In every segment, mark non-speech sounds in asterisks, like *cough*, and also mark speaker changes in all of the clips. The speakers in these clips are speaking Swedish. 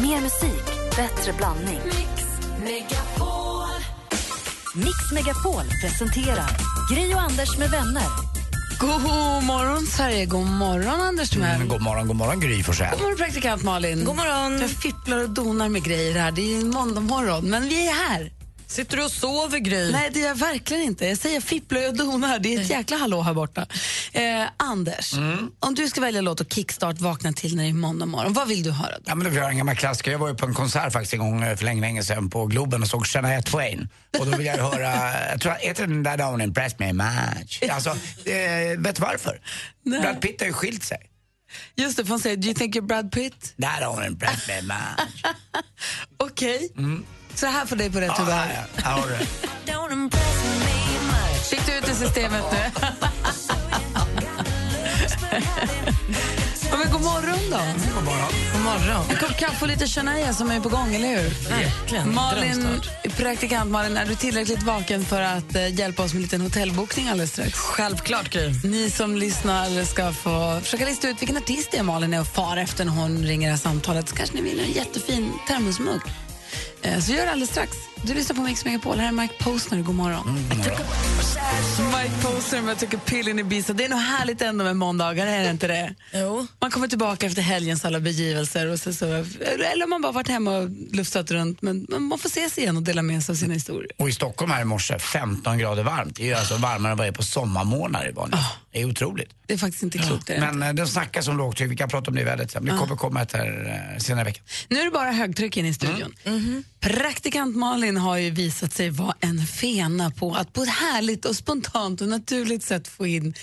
Speaker 1: Mer musik, bättre blandning.
Speaker 2: Mix Megapol.
Speaker 1: Mix Megapol presenterar Gri och Anders med vänner.
Speaker 3: God morgon, Sverige. God morgon, Anders Timell.
Speaker 4: Mm, god morgon, god morgon Gry Forssell.
Speaker 3: God morgon, praktikant Malin. God morgon. Jag fipplar och donar med grejer här. Det är en måndag morgon, men vi är här.
Speaker 5: Sitter du och sover, Gry?
Speaker 3: Nej, det gör jag verkligen inte. Jag säger fipplar och donar. Det är ett jäkla hallå här borta. Eh, Anders, om du ska välja låt och kickstart vakna till när det är måndag morgon, vad vill du höra då?
Speaker 4: Ja, men det var en gammal klassiker. Jag var ju på en konsert faktiskt en gång eh, för länge, länge sedan på Globen och såg Shania Twain. Och då ville jag höra, jag tror, heter den där Don't Impress Me Much? Alltså, eh, vet du varför?
Speaker 3: Nej.
Speaker 4: Brad Pitt har ju skilt sig.
Speaker 3: Just det, får man säga Do you think you're Brad Pitt?
Speaker 4: That don't impress me much.
Speaker 3: Okej. Så här får dig på rätt
Speaker 4: Ja,
Speaker 3: humör.
Speaker 4: ja, ja. Ja, har du.
Speaker 5: Don't impress me much.
Speaker 3: Fick du ut i systemet nu? Ja, *laughs* men god morgon då.
Speaker 4: God morgon.
Speaker 5: God morgon.
Speaker 3: En kopp kaffe och lite Shania som är på gång, eller hur?
Speaker 5: Verkligen.
Speaker 3: Malin,
Speaker 5: Drömstart.
Speaker 3: praktikant Malin, är du tillräckligt vaken för att eh, hjälpa oss med en liten hotellbokning alldeles strax?
Speaker 5: Självklart, Gry.
Speaker 3: Ni som lyssnar ska få försöka lista ut vilken artist det är Malin är och far efter när hon ringer det här samtalet. Så kanske ni vinner en jättefin termosmugg. Eh, Så gör det alldeles strax. Du lyssnar på Mix Megapol. Här är Mike Posner. God morgon.
Speaker 5: Mm,
Speaker 3: Mike Posner med Jag tycker pillen i bisa. Det är nog härligt ändå med måndagar, är det inte det?
Speaker 5: Jo.
Speaker 3: Man kommer tillbaka efter helgens alla begivelser och så, så, eller om man bara varit hemma och lufsat runt. Men men man får ses igen och dela med sig av sina historier.
Speaker 4: Och i Stockholm här i morse, 15 grader varmt. Det är ju alltså varmare än vad det är på sommarmånader i vanliga fall. Det är otroligt.
Speaker 3: Ah. Det är faktiskt inte klokt. det är det
Speaker 4: Men eh, de snackas om lågtryck, vi kan prata om det i vädret sen. Men det kommer komma ett här eh, senare i veckan.
Speaker 3: Nu är det bara högtryck in i studion.
Speaker 5: Mm. Mhm.
Speaker 3: Praktikant Malin har ju visat sig vara en fena på att på ett härligt och spontant och naturligt sätt få in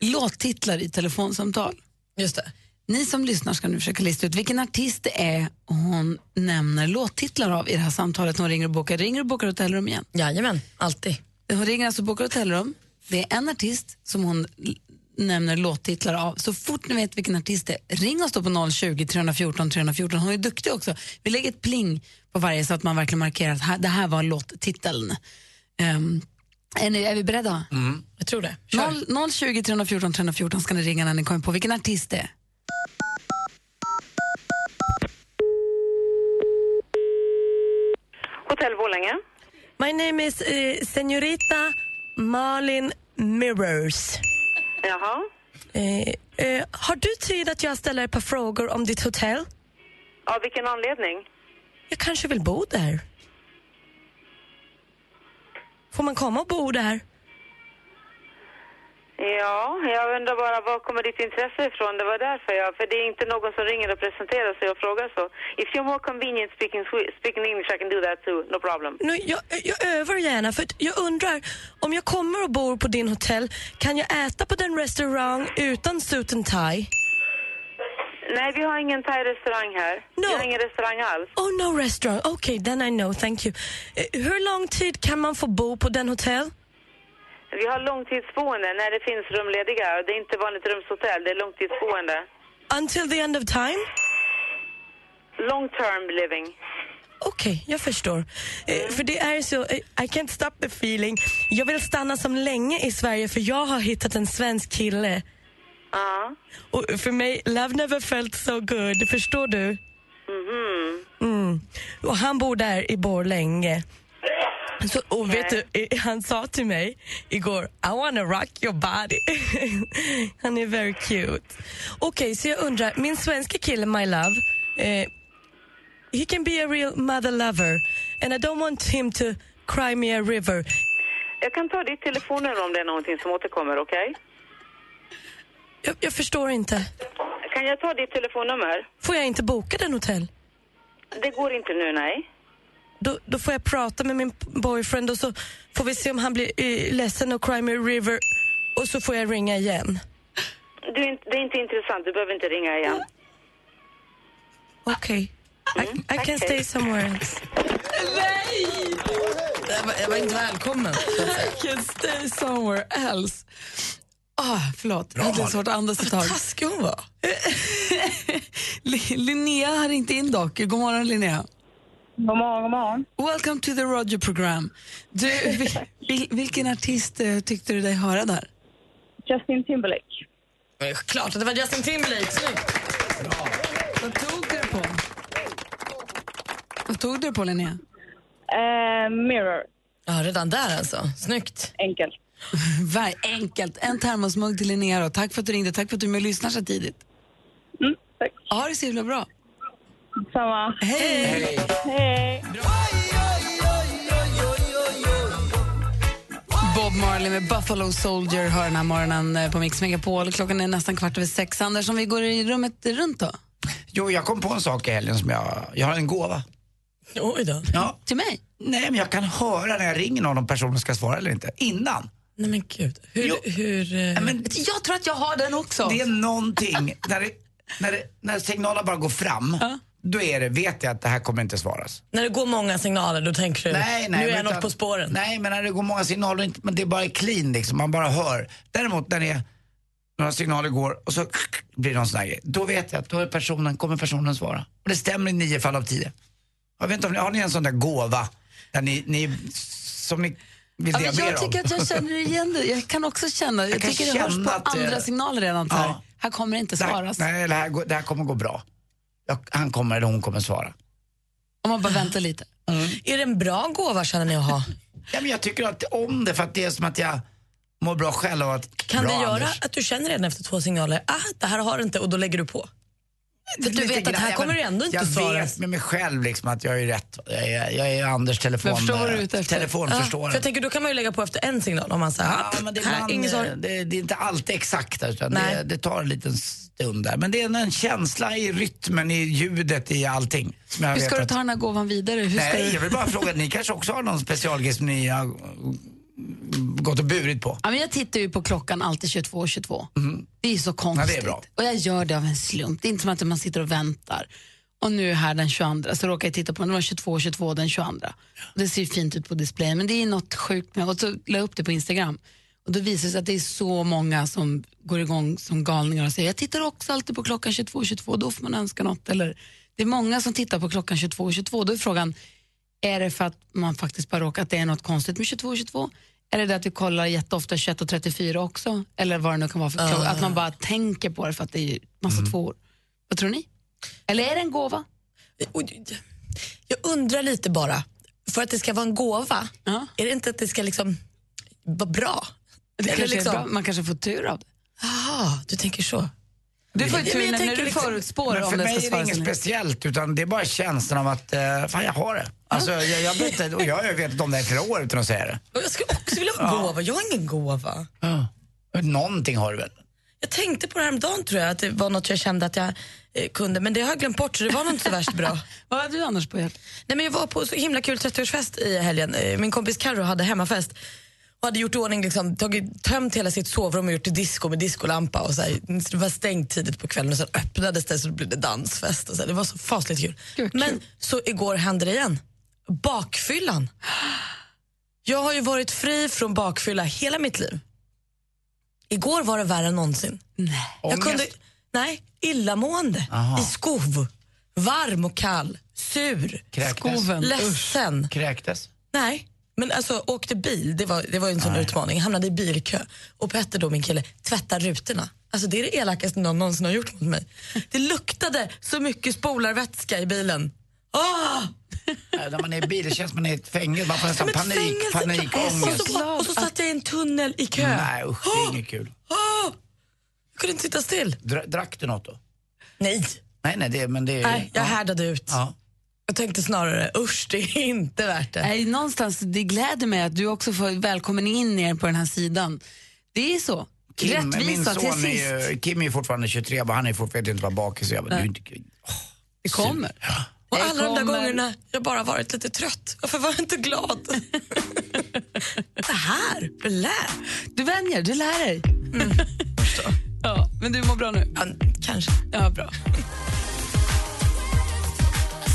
Speaker 3: låttitlar i telefonsamtal.
Speaker 5: Just det.
Speaker 3: Ni som lyssnar ska nu försöka lista ut vilken artist det är hon nämner låttitlar av i det här samtalet. Hon ringer och bokar, ringer och bokar hotellrum igen.
Speaker 5: Jajamän, alltid.
Speaker 3: Hon ringer alltså och bokar hotellrum. Det är en artist som hon l- nämner låttitlar av. Så fort ni vet vilken artist det är, ring oss då på 020 314 314. Hon är duktig också. Vi lägger ett pling på varje så att man verkligen markerar att här, det här var låttiteln. Um, är, ni, är vi beredda?
Speaker 5: Jag tror det. Kör.
Speaker 3: Mm. 020 314 314 ska ni ringa när ni kommer på vilken artist det är.
Speaker 6: Hotell Borlänge.
Speaker 7: My name is eh, Senorita Malin Mirrors.
Speaker 6: Jaha.
Speaker 7: Eh, eh, har du tid att jag ställer ett par frågor om ditt hotell?
Speaker 6: Av vilken anledning?
Speaker 7: Jag kanske vill bo där. Får man komma och bo där?
Speaker 6: Ja, jag undrar bara var kommer ditt intresse ifrån? Det var därför jag, för det är inte någon som ringer och presenterar sig och frågar så. If you're more convenient speaking, Swe- speaking English I can do that too, no problem.
Speaker 7: Nu, jag, jag övar gärna, för att jag undrar om jag kommer och bor på din hotell, kan jag äta på den restaurang utan suit and tie?
Speaker 6: Nej, vi har ingen thai-restaurang här.
Speaker 7: No.
Speaker 6: Vi har ingen restaurang alls.
Speaker 7: Oh no restaurant, okay then I know, thank you. Eh, hur lång tid kan man få bo på den hotell?
Speaker 6: Vi har långtidsboende när det finns rum lediga. Det är inte vanligt rumshotell, det är långtidsboende.
Speaker 7: Until the end of time?
Speaker 6: Long term living.
Speaker 7: Okej, jag förstår.
Speaker 6: Mm.
Speaker 7: Eh, för det är så, eh, I can't stop the feeling. Jag vill stanna som länge i Sverige för jag har hittat en svensk kille.
Speaker 6: Ja.
Speaker 7: Och för mig, love never felt so good, förstår du?
Speaker 3: Mm-hmm.
Speaker 7: Mm. Och han bor där i Borlänge. Så, och vet du, eh, han sa till mig igår, I wanna rock your body. *laughs* han är very cute. Okej, så jag undrar, min svenska kille, my love, eh, he can be a real mother lover and I don't want him to cry me a river.
Speaker 6: Jag kan ta ditt telefonnummer om det är någonting som återkommer, okej?
Speaker 7: Jag, jag förstår inte.
Speaker 6: Kan jag ta ditt telefonnummer?
Speaker 7: Får jag inte boka den hotell?
Speaker 6: Det går inte nu, nej.
Speaker 7: då, då får jag prata med min boyfriend och så får vi se om han blir eh, ledsen och cry me a river och så får jag ringa igen.
Speaker 6: Du, är inte- det är inte intressant, du behöver inte ringa igen.
Speaker 7: Okej. I, I can
Speaker 6: Mm. okej.
Speaker 7: stay somewhere else.
Speaker 5: Jag var, jag var inte välkommen.
Speaker 3: *laughs* can stay somewhere else. Ah, förlåt, jag hade
Speaker 4: Malin.
Speaker 3: svårt att andas ett tag.
Speaker 5: taskig hon var.
Speaker 3: *laughs* Li- Linnea har ringt in dock. God morgon Linnea.
Speaker 8: God morgon, god morgon.
Speaker 3: Welcome to the Roger program.
Speaker 8: *laughs*
Speaker 3: Du, vil, vil, vilken artist eh, tyckte du dig höra där?
Speaker 8: Justin Timberlake.
Speaker 5: Det är Klart att det var Justin Timberlake. Snyggt.
Speaker 3: Vad tog du på? tog du på Linnea?
Speaker 8: Eh, mirror,
Speaker 5: Ja, redan där alltså. Snyggt.
Speaker 3: *laughs*
Speaker 8: enkelt.
Speaker 3: Var enkelt. En termosmugg till Linnea då. Tack för att du ringde, tack för att du är med och lyssnar så tidigt.
Speaker 8: Mm, tack.
Speaker 3: Ha det så himla bra.
Speaker 8: Samma.
Speaker 3: Hej!
Speaker 8: Hej.
Speaker 3: Bob Marley med Buffalo Soldier hör den här morgonen eh, på Mix Megapol. Klockan är nästan kvart över sex. Anders, om vi går i rummet runt då?
Speaker 4: Jo, jag kom på en sak i helgen som jag... Jag har en gåva.
Speaker 5: Oj då.
Speaker 4: Ja.
Speaker 3: Till mig?
Speaker 4: Nej, men jag kan höra när jag ringer någon om personen ska svara eller inte. Innan.
Speaker 5: Nej men gud. Hur...
Speaker 4: Jo.
Speaker 5: hur eh,
Speaker 4: Nej, men
Speaker 3: Jag tror att jag har den också.
Speaker 4: det är någonting, när, det, när, det, när signalen bara går fram, då är det, vet jag att det här kommer inte svaras.
Speaker 5: När det går många signaler då tänker du
Speaker 4: Nej, nej,
Speaker 5: nu är jag
Speaker 4: men
Speaker 5: något
Speaker 4: utan-
Speaker 5: på spåren.
Speaker 4: Nej, men när det går många signaler, och inte- men det är bara clean liksom, man bara hör. Däremot när det är några signaler går och så blir det någon sån här grej. Då vet jag att då är personen, kommer personen svara. Och det stämmer i nio fall av tio. Jag vet inte om ni, har ni en sån där gåva där ni, ni som ni vill
Speaker 3: Ja,
Speaker 4: det
Speaker 3: men
Speaker 4: jag
Speaker 3: jag
Speaker 4: ber om?
Speaker 3: tycker att
Speaker 4: *laughs*
Speaker 3: jag känner igen det. Jag kan också känna, jag,
Speaker 4: kan
Speaker 3: tycker det
Speaker 4: känna
Speaker 3: hörs på
Speaker 4: att det-
Speaker 3: andra signaler redan. Så här.
Speaker 4: Ja.
Speaker 3: här kommer det inte
Speaker 4: Det här-
Speaker 3: svaras.
Speaker 4: Nej, det här, går- det här kommer gå bra. Jag, han kommer eller hon kommer svara.
Speaker 3: Om man bara väntar lite.
Speaker 4: Mm.
Speaker 5: Är det en bra gåva känner ni att ha?
Speaker 4: Ja, men jag tycker att om det för att det är som att jag mår bra själv av att...
Speaker 5: Kan
Speaker 4: bra,
Speaker 5: det göra
Speaker 4: Anders.
Speaker 5: att du känner redan efter två signaler, ah det här har du inte och då lägger du på? För att du
Speaker 4: Lite
Speaker 5: vet att
Speaker 4: grann.
Speaker 5: här
Speaker 4: Ja,
Speaker 5: kommer
Speaker 4: men
Speaker 5: det ändå inte
Speaker 4: Jag
Speaker 5: svaras.
Speaker 4: vet med mig själv liksom att jag är rätt. Jag är, jag är Anders telefon.
Speaker 3: Jag förstår vad du är ute efter.
Speaker 5: Ah,
Speaker 4: Telefonförståren.
Speaker 5: för jag tänker då kan man ju lägga på efter en signal om man säger, ah,
Speaker 4: Ja, men det, är
Speaker 5: här,
Speaker 4: ibland,
Speaker 5: ingen svar.
Speaker 4: eh, det, det är inte alltid exakt där, utan
Speaker 5: Nej.
Speaker 4: det, det tar en liten stund där. Men det är en- en känsla i rytmen, i ljudet, i allting. Som jag
Speaker 3: Hur
Speaker 4: vet
Speaker 3: ska du
Speaker 4: att-
Speaker 3: ta den här gåvan vidare? Hur ska
Speaker 4: Nej,
Speaker 3: du...
Speaker 4: jag vill bara fråga, ni kanske också har någon specialgrej som ni har mm, gått och burit
Speaker 5: *laughs*
Speaker 4: på? Mhm.
Speaker 3: Ja, men jag tittar ju på klockan alltid 22.22. Det är ju så
Speaker 4: Ja,
Speaker 3: konstigt.
Speaker 4: det är bra.
Speaker 3: Och jag gör det av en slump. Det är inte som att man sitter och väntar. Och nu är här den 22, så råkar jag titta på den. Det var 22.22 den 22. Och det ser ju fint ut på displayen, men det är något sjukt med Och så la jag upp det på Instagram. Och då visar det sig att det är så många som går igång som galningar och säger jag tittar också alltid på klockan 22.22, då får man önska något. Eller, det är många som tittar på klockan 22.22, då är frågan, är det för att man faktiskt bara råkar att det är något konstigt med 22 och 22? Är det det att vi kollar jätteofta 21 och 34 också? Eller vad det nu kan vara för
Speaker 5: Ah.
Speaker 3: klocka. Att man bara tänker på det för att det är ju massa
Speaker 5: Mm.
Speaker 3: tvåor. Vad tror ni? Eller är det en gåva?
Speaker 5: Oj, Jag undrar lite bara, för att det ska vara en gåva,
Speaker 3: Ja.
Speaker 5: är det inte att det ska liksom vara bra?
Speaker 3: Det
Speaker 5: Eller
Speaker 3: kanske
Speaker 5: liksom-
Speaker 3: är bra. Man kanske får tur av det.
Speaker 5: Jaha, du tänker så.
Speaker 3: Du får ju
Speaker 5: Ja,
Speaker 3: tur
Speaker 5: men jag
Speaker 3: när, när
Speaker 5: tänker
Speaker 3: du
Speaker 5: liksom-
Speaker 3: förutspår
Speaker 4: Men
Speaker 3: om
Speaker 4: för
Speaker 3: den
Speaker 4: mig
Speaker 3: ska
Speaker 4: är det
Speaker 3: svaras
Speaker 4: inget
Speaker 3: eller inte.
Speaker 4: speciellt utan det är bara känslan av att eh, fan jag har det. Alltså, jag, jag, vet inte, och jag har ju vetat om det här i flera år utan att säga det.
Speaker 5: Och Jag skulle också vilja ha en gåva, jag har ingen gåva.
Speaker 4: Någonting har du väl?
Speaker 5: Jag tänkte på det här om dagen tror jag, att det var något jag kände att jag eh, kunde, men det har jag glömt bort så det var nog inte så värst bra.
Speaker 3: *laughs* Vad har du annars på hjärtat?
Speaker 5: Nej, men jag var på så himla kul 30-årsfest i helgen. Eh, Min kompis Carro hade hemmafest och hade gjort i ordning, liksom, tagit, tömt hela sitt sovrum och gjort till disco med discolampa. Och så här, Så det var stängt tidigt på kvällen och sen öppnades det så det blev det dansfest. Och så här, det var så fasligt kul.
Speaker 3: Gud, kul.
Speaker 5: men så igår hände det igen. Bakfyllan. Jag har ju varit fri från bakfylla hela mitt liv. Igår var det värre än någonsin. Jag
Speaker 4: Ångest?
Speaker 5: kunde, nej, illamående.
Speaker 4: Aha.
Speaker 5: I skov. Varm och kall. Sur.
Speaker 4: Kräktes?
Speaker 3: Skoven.
Speaker 5: Ledsen.
Speaker 4: Kräktes?
Speaker 5: Nej. Men alltså, åkte bil, det var, det var ju en sån utmaning. Hamnade i bilkö. Och Petter då, min kille, tvättar rutorna. Alltså det är det elakaste någon någonsin har gjort mot mig. Det luktade så mycket spolarvätska i bilen. Åh!
Speaker 4: Nej, När man är i bil, det känns som man är i ett fängelse. Man får
Speaker 5: Som
Speaker 4: nästan
Speaker 5: ett
Speaker 4: panik,
Speaker 5: fängelse.
Speaker 4: panikångest.
Speaker 5: Och så, och så satt jag i en tunnel i kö.
Speaker 4: Nej usch, det är inget kul.
Speaker 3: Ah!
Speaker 5: Åh! Jag kunde inte sitta still.
Speaker 4: Dra- Drack du något då?
Speaker 5: Nej,
Speaker 4: Nej, nej, det, men det är
Speaker 5: Nej jag
Speaker 4: ja.
Speaker 5: härdade ut.
Speaker 4: Ja.
Speaker 5: Jag tänkte snarare, usch det är inte värt det.
Speaker 3: Nej, någonstans, det gläder mig att du också får välkommen in er på den här sidan. Det är så.
Speaker 4: Kim, min
Speaker 3: Rättvisa till
Speaker 4: son
Speaker 3: sist.
Speaker 4: är ju, Kim är ju fortfarande 23, men han är fortfarande inte bara bakis. Jag bara, du är inte kul.
Speaker 3: Det kommer.
Speaker 5: Och
Speaker 3: Det
Speaker 5: alla de där
Speaker 3: kommer-
Speaker 5: gångerna jag bara varit lite trött. Varför var jag inte glad? det här, blä.
Speaker 3: Du vänjer, du lär dig. ja, men du mår bra nu?
Speaker 5: Ja, kanske.
Speaker 3: Ja, bra.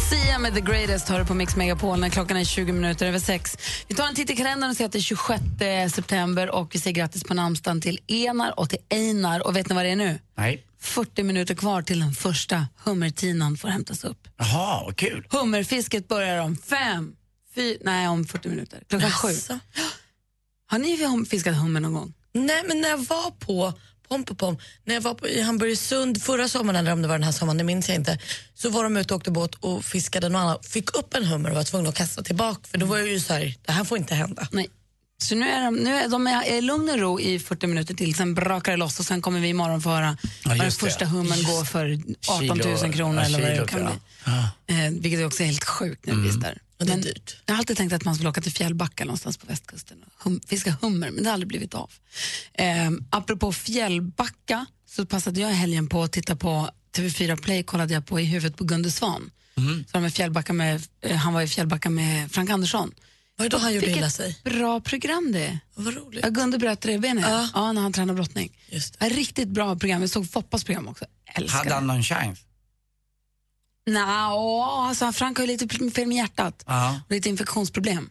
Speaker 3: Sia med The Greatest hör du på Mix Megapol när klockan är 20 minuter över sex. Vi tar en titt i kalendern och ser att det är 26 september och vi säger grattis på namnsdagen till Enar och till Einar. Och vet ni vad det är nu?
Speaker 4: Nej.
Speaker 3: 40 minuter kvar till den första hummertinan får hämtas upp.
Speaker 4: Jaha, vad kul.
Speaker 3: Hummerfisket börjar om fem, fyra, nej om 40 minuter. Klockan sju.
Speaker 5: Alltså.
Speaker 3: Har ni hum- fiskat hummer någon gång?
Speaker 5: Nej, men när jag var på pom, pom, pom. När jag var på, i Hamburgsund förra sommaren, eller om det var den här sommaren, det minns jag inte, så var de ute och åkte båt och fiskade någon annan, fick upp en hummer och var tvungna att kasta tillbaka för då var jag ju så här, det här får inte hända.
Speaker 3: Nej. Så nu är de, nu är de är i lugn och ro i 40 minuter till, sen brakar det loss och sen kommer vi imorgon få höra vad den
Speaker 4: just det.
Speaker 3: första hummen går för 18 000
Speaker 4: Kilo,
Speaker 3: kronor
Speaker 4: ja,
Speaker 3: eller vad
Speaker 4: kilo,
Speaker 3: det kan
Speaker 4: tror
Speaker 3: bli. Eh, vilket också är helt sjukt när det blir så där.
Speaker 5: Och Mm. det är
Speaker 3: Men
Speaker 5: dyrt.
Speaker 3: Jag har alltid tänkt att man skulle åka till Fjällbacka någonstans på västkusten och hum, fiska hummer, men det har aldrig blivit av. Eh, apropå Fjällbacka så passade jag i helgen på att titta på TV4 Play kollade jag på i huvudet på Gunde Svan. Så de är i Fjällbacka med, eh, han var i Fjällbacka med Frank Andersson.
Speaker 5: Var det då han gjorde illa
Speaker 3: Vilket
Speaker 5: sig?
Speaker 3: bra program det är.
Speaker 5: Vad roligt.
Speaker 3: Ja, Gunde bröt revbenet ja.
Speaker 5: Ja.
Speaker 3: när han tränade brottning.
Speaker 5: Just det.
Speaker 3: Ja, Riktigt bra program. Vi såg Foppas program också. Älskar
Speaker 4: Hade
Speaker 3: det.
Speaker 4: han någon chans?
Speaker 3: Nå, alltså Frank har ju lite fel med hjärtat
Speaker 4: Ja.
Speaker 3: och lite infektionsproblem.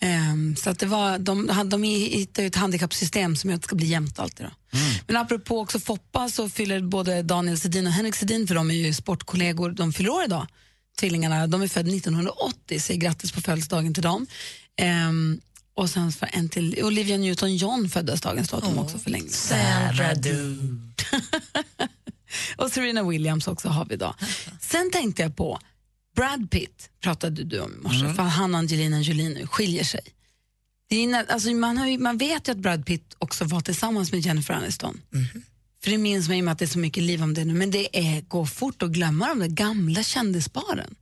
Speaker 3: Ehm, så att det var, de, han- de hittar ju ett handikappsystem som gör att det ska bli jämnt alltid. Då. Men apropå också Foppa så fyller både Daniel Sedin och Henrik Sedin, för de är ju sportkollegor, de fyller år idag. Tvillingarna, de är födda 1980, säg grattis på födelsedagen till dem. Ehm, och sen för en till, Olivia Newton-John föddes dagens datum också för länge sedan.
Speaker 5: Sandra du.
Speaker 3: Och Serena Williams också har vi idag. Sen tänkte jag på, Brad Pitt pratade du om i morse, för han och Angelina Jolie nu skiljer sig. Det är, nä- alltså man, har ju, man vet ju att Brad Pitt också var tillsammans med Jennifer Aniston. För det minns man i och med att det är så mycket liv om det nu, men det är, går fort att glömma de där gamla kändisparen.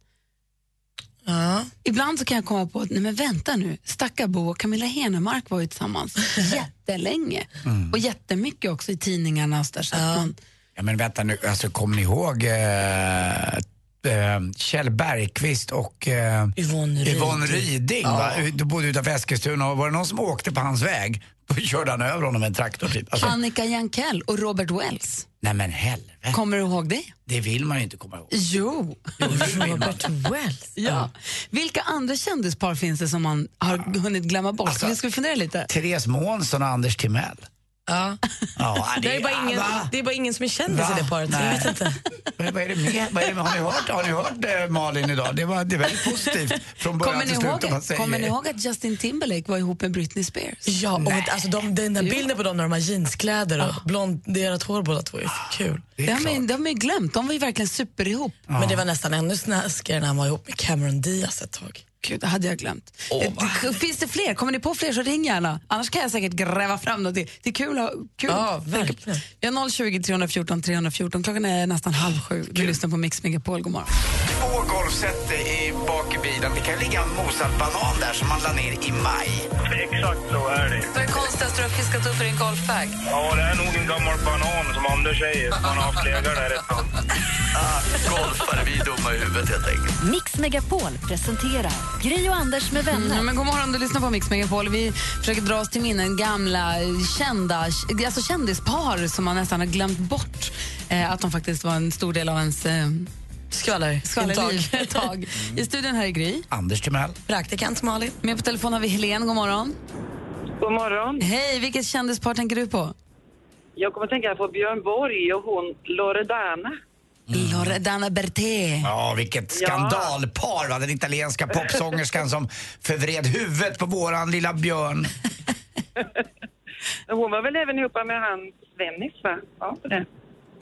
Speaker 5: Ja.
Speaker 3: Ibland så kan jag komma på att, nej men vänta nu, Stakkarbo och Camilla Henemark var ju tillsammans jättelänge och jättemycket också i tidningarna. Och så där, så att man,
Speaker 4: Ja, men vänta nu, alltså kommer ni ihåg eh, eh, Kjell Bergqvist och eh,
Speaker 5: Yvonne Ryding.
Speaker 4: Yvonne Ryding? Va? Du bodde utanför Eskilstuna och var det någon som åkte på hans väg? Då körde han över honom med en traktor typ. Alltså,
Speaker 3: Annika Jankell och Robert Wells.
Speaker 4: Nej men helvete,
Speaker 3: Kommer du ihåg det?
Speaker 4: det vill man ju inte komma ihåg.
Speaker 3: *laughs* Jo.
Speaker 5: Robert Wells.
Speaker 3: Ja. Vilka andra kändispar finns det som man har hunnit glömma bort?
Speaker 4: Alltså-
Speaker 3: Vi ska fundera lite.
Speaker 4: Therese Månsson och Anders Timell.
Speaker 5: *laughs* Ja.
Speaker 4: Ja,
Speaker 5: Det är, bara ingen,
Speaker 4: va?
Speaker 5: det är bara ingen som är kändis
Speaker 4: Va?
Speaker 5: i det paret. så Jag
Speaker 4: Nej.
Speaker 5: vet inte.
Speaker 4: Vad vad är det med? Vad är det med? Har ni hört, har ni hört eh, Malin idag? Det var, det var väldigt positivt från början
Speaker 3: Kommer ni,
Speaker 4: till slut.
Speaker 3: ihåg,
Speaker 4: om man säger.
Speaker 3: kommer ni ihåg att Justin Timberlake var ihop med Britney Spears?
Speaker 5: Ja, och alltså de, den där bilden på dem när de har jeanskläder och blonderat hår båda två är för kul.
Speaker 3: Det har man ju- det har man ju glömt. De var ju verkligen superihop.
Speaker 5: Men det var nästan ännu snaskigare när han var ihop med Cameron Diaz ett tag.
Speaker 3: Gud, det hade jag glömt. Eh, Finns det fler? Kommer ni på fler så ring gärna. Annars kan jag säkert gräva fram något. Det det är kul att ha- kul.
Speaker 5: Ja, verkligen.
Speaker 3: Vi har 020 314 314. Klockan är nästan halv sju. Du lyssnar på Mix Megapol. God morgon.
Speaker 4: Två golfset i bak i bilen. Det kan ligga en mosad banan där som man la ner i maj.
Speaker 9: Exakt så är det.
Speaker 3: Vad är det konstigaste du har fiskat upp i din golfbag?
Speaker 9: Ja, det är nog en gammal banan som Anders säger. som Han har haft legat där ett
Speaker 10: *laughs*
Speaker 9: tag.
Speaker 10: Golfare, Ah, vi är dumma i huvudet helt enkelt.
Speaker 1: Mix Megapol presenterar Gri och Anders med vänner.
Speaker 3: Mm, Ja, men god morgon, du lyssnar på Mix Megapol. Vi försöker dra oss till minnen gamla eh, kända, alltså kändispar som man nästan har glömt bort eh, att de faktiskt var en stor del av ens eh,
Speaker 5: Skvaller. Mm.
Speaker 3: skvallerliv *laughs* ett tag. I studion här är Gry.
Speaker 4: Anders Timell.
Speaker 5: Praktikant Malin.
Speaker 3: Med på telefon har vi Helen, god morgon.
Speaker 8: God morgon.
Speaker 3: Hej, vilket kändispar tänker du på?
Speaker 8: Jag kommer att tänka på Björn Borg och hon Loredana.
Speaker 3: Loredana Berté.
Speaker 4: Ja, vilket
Speaker 8: Ja.
Speaker 4: skandalpar. Va? Den italienska popsångerskan som förvred huvudet på våran lilla björn.
Speaker 8: Hon var väl även ihop med han Svennis, va? Ja, det.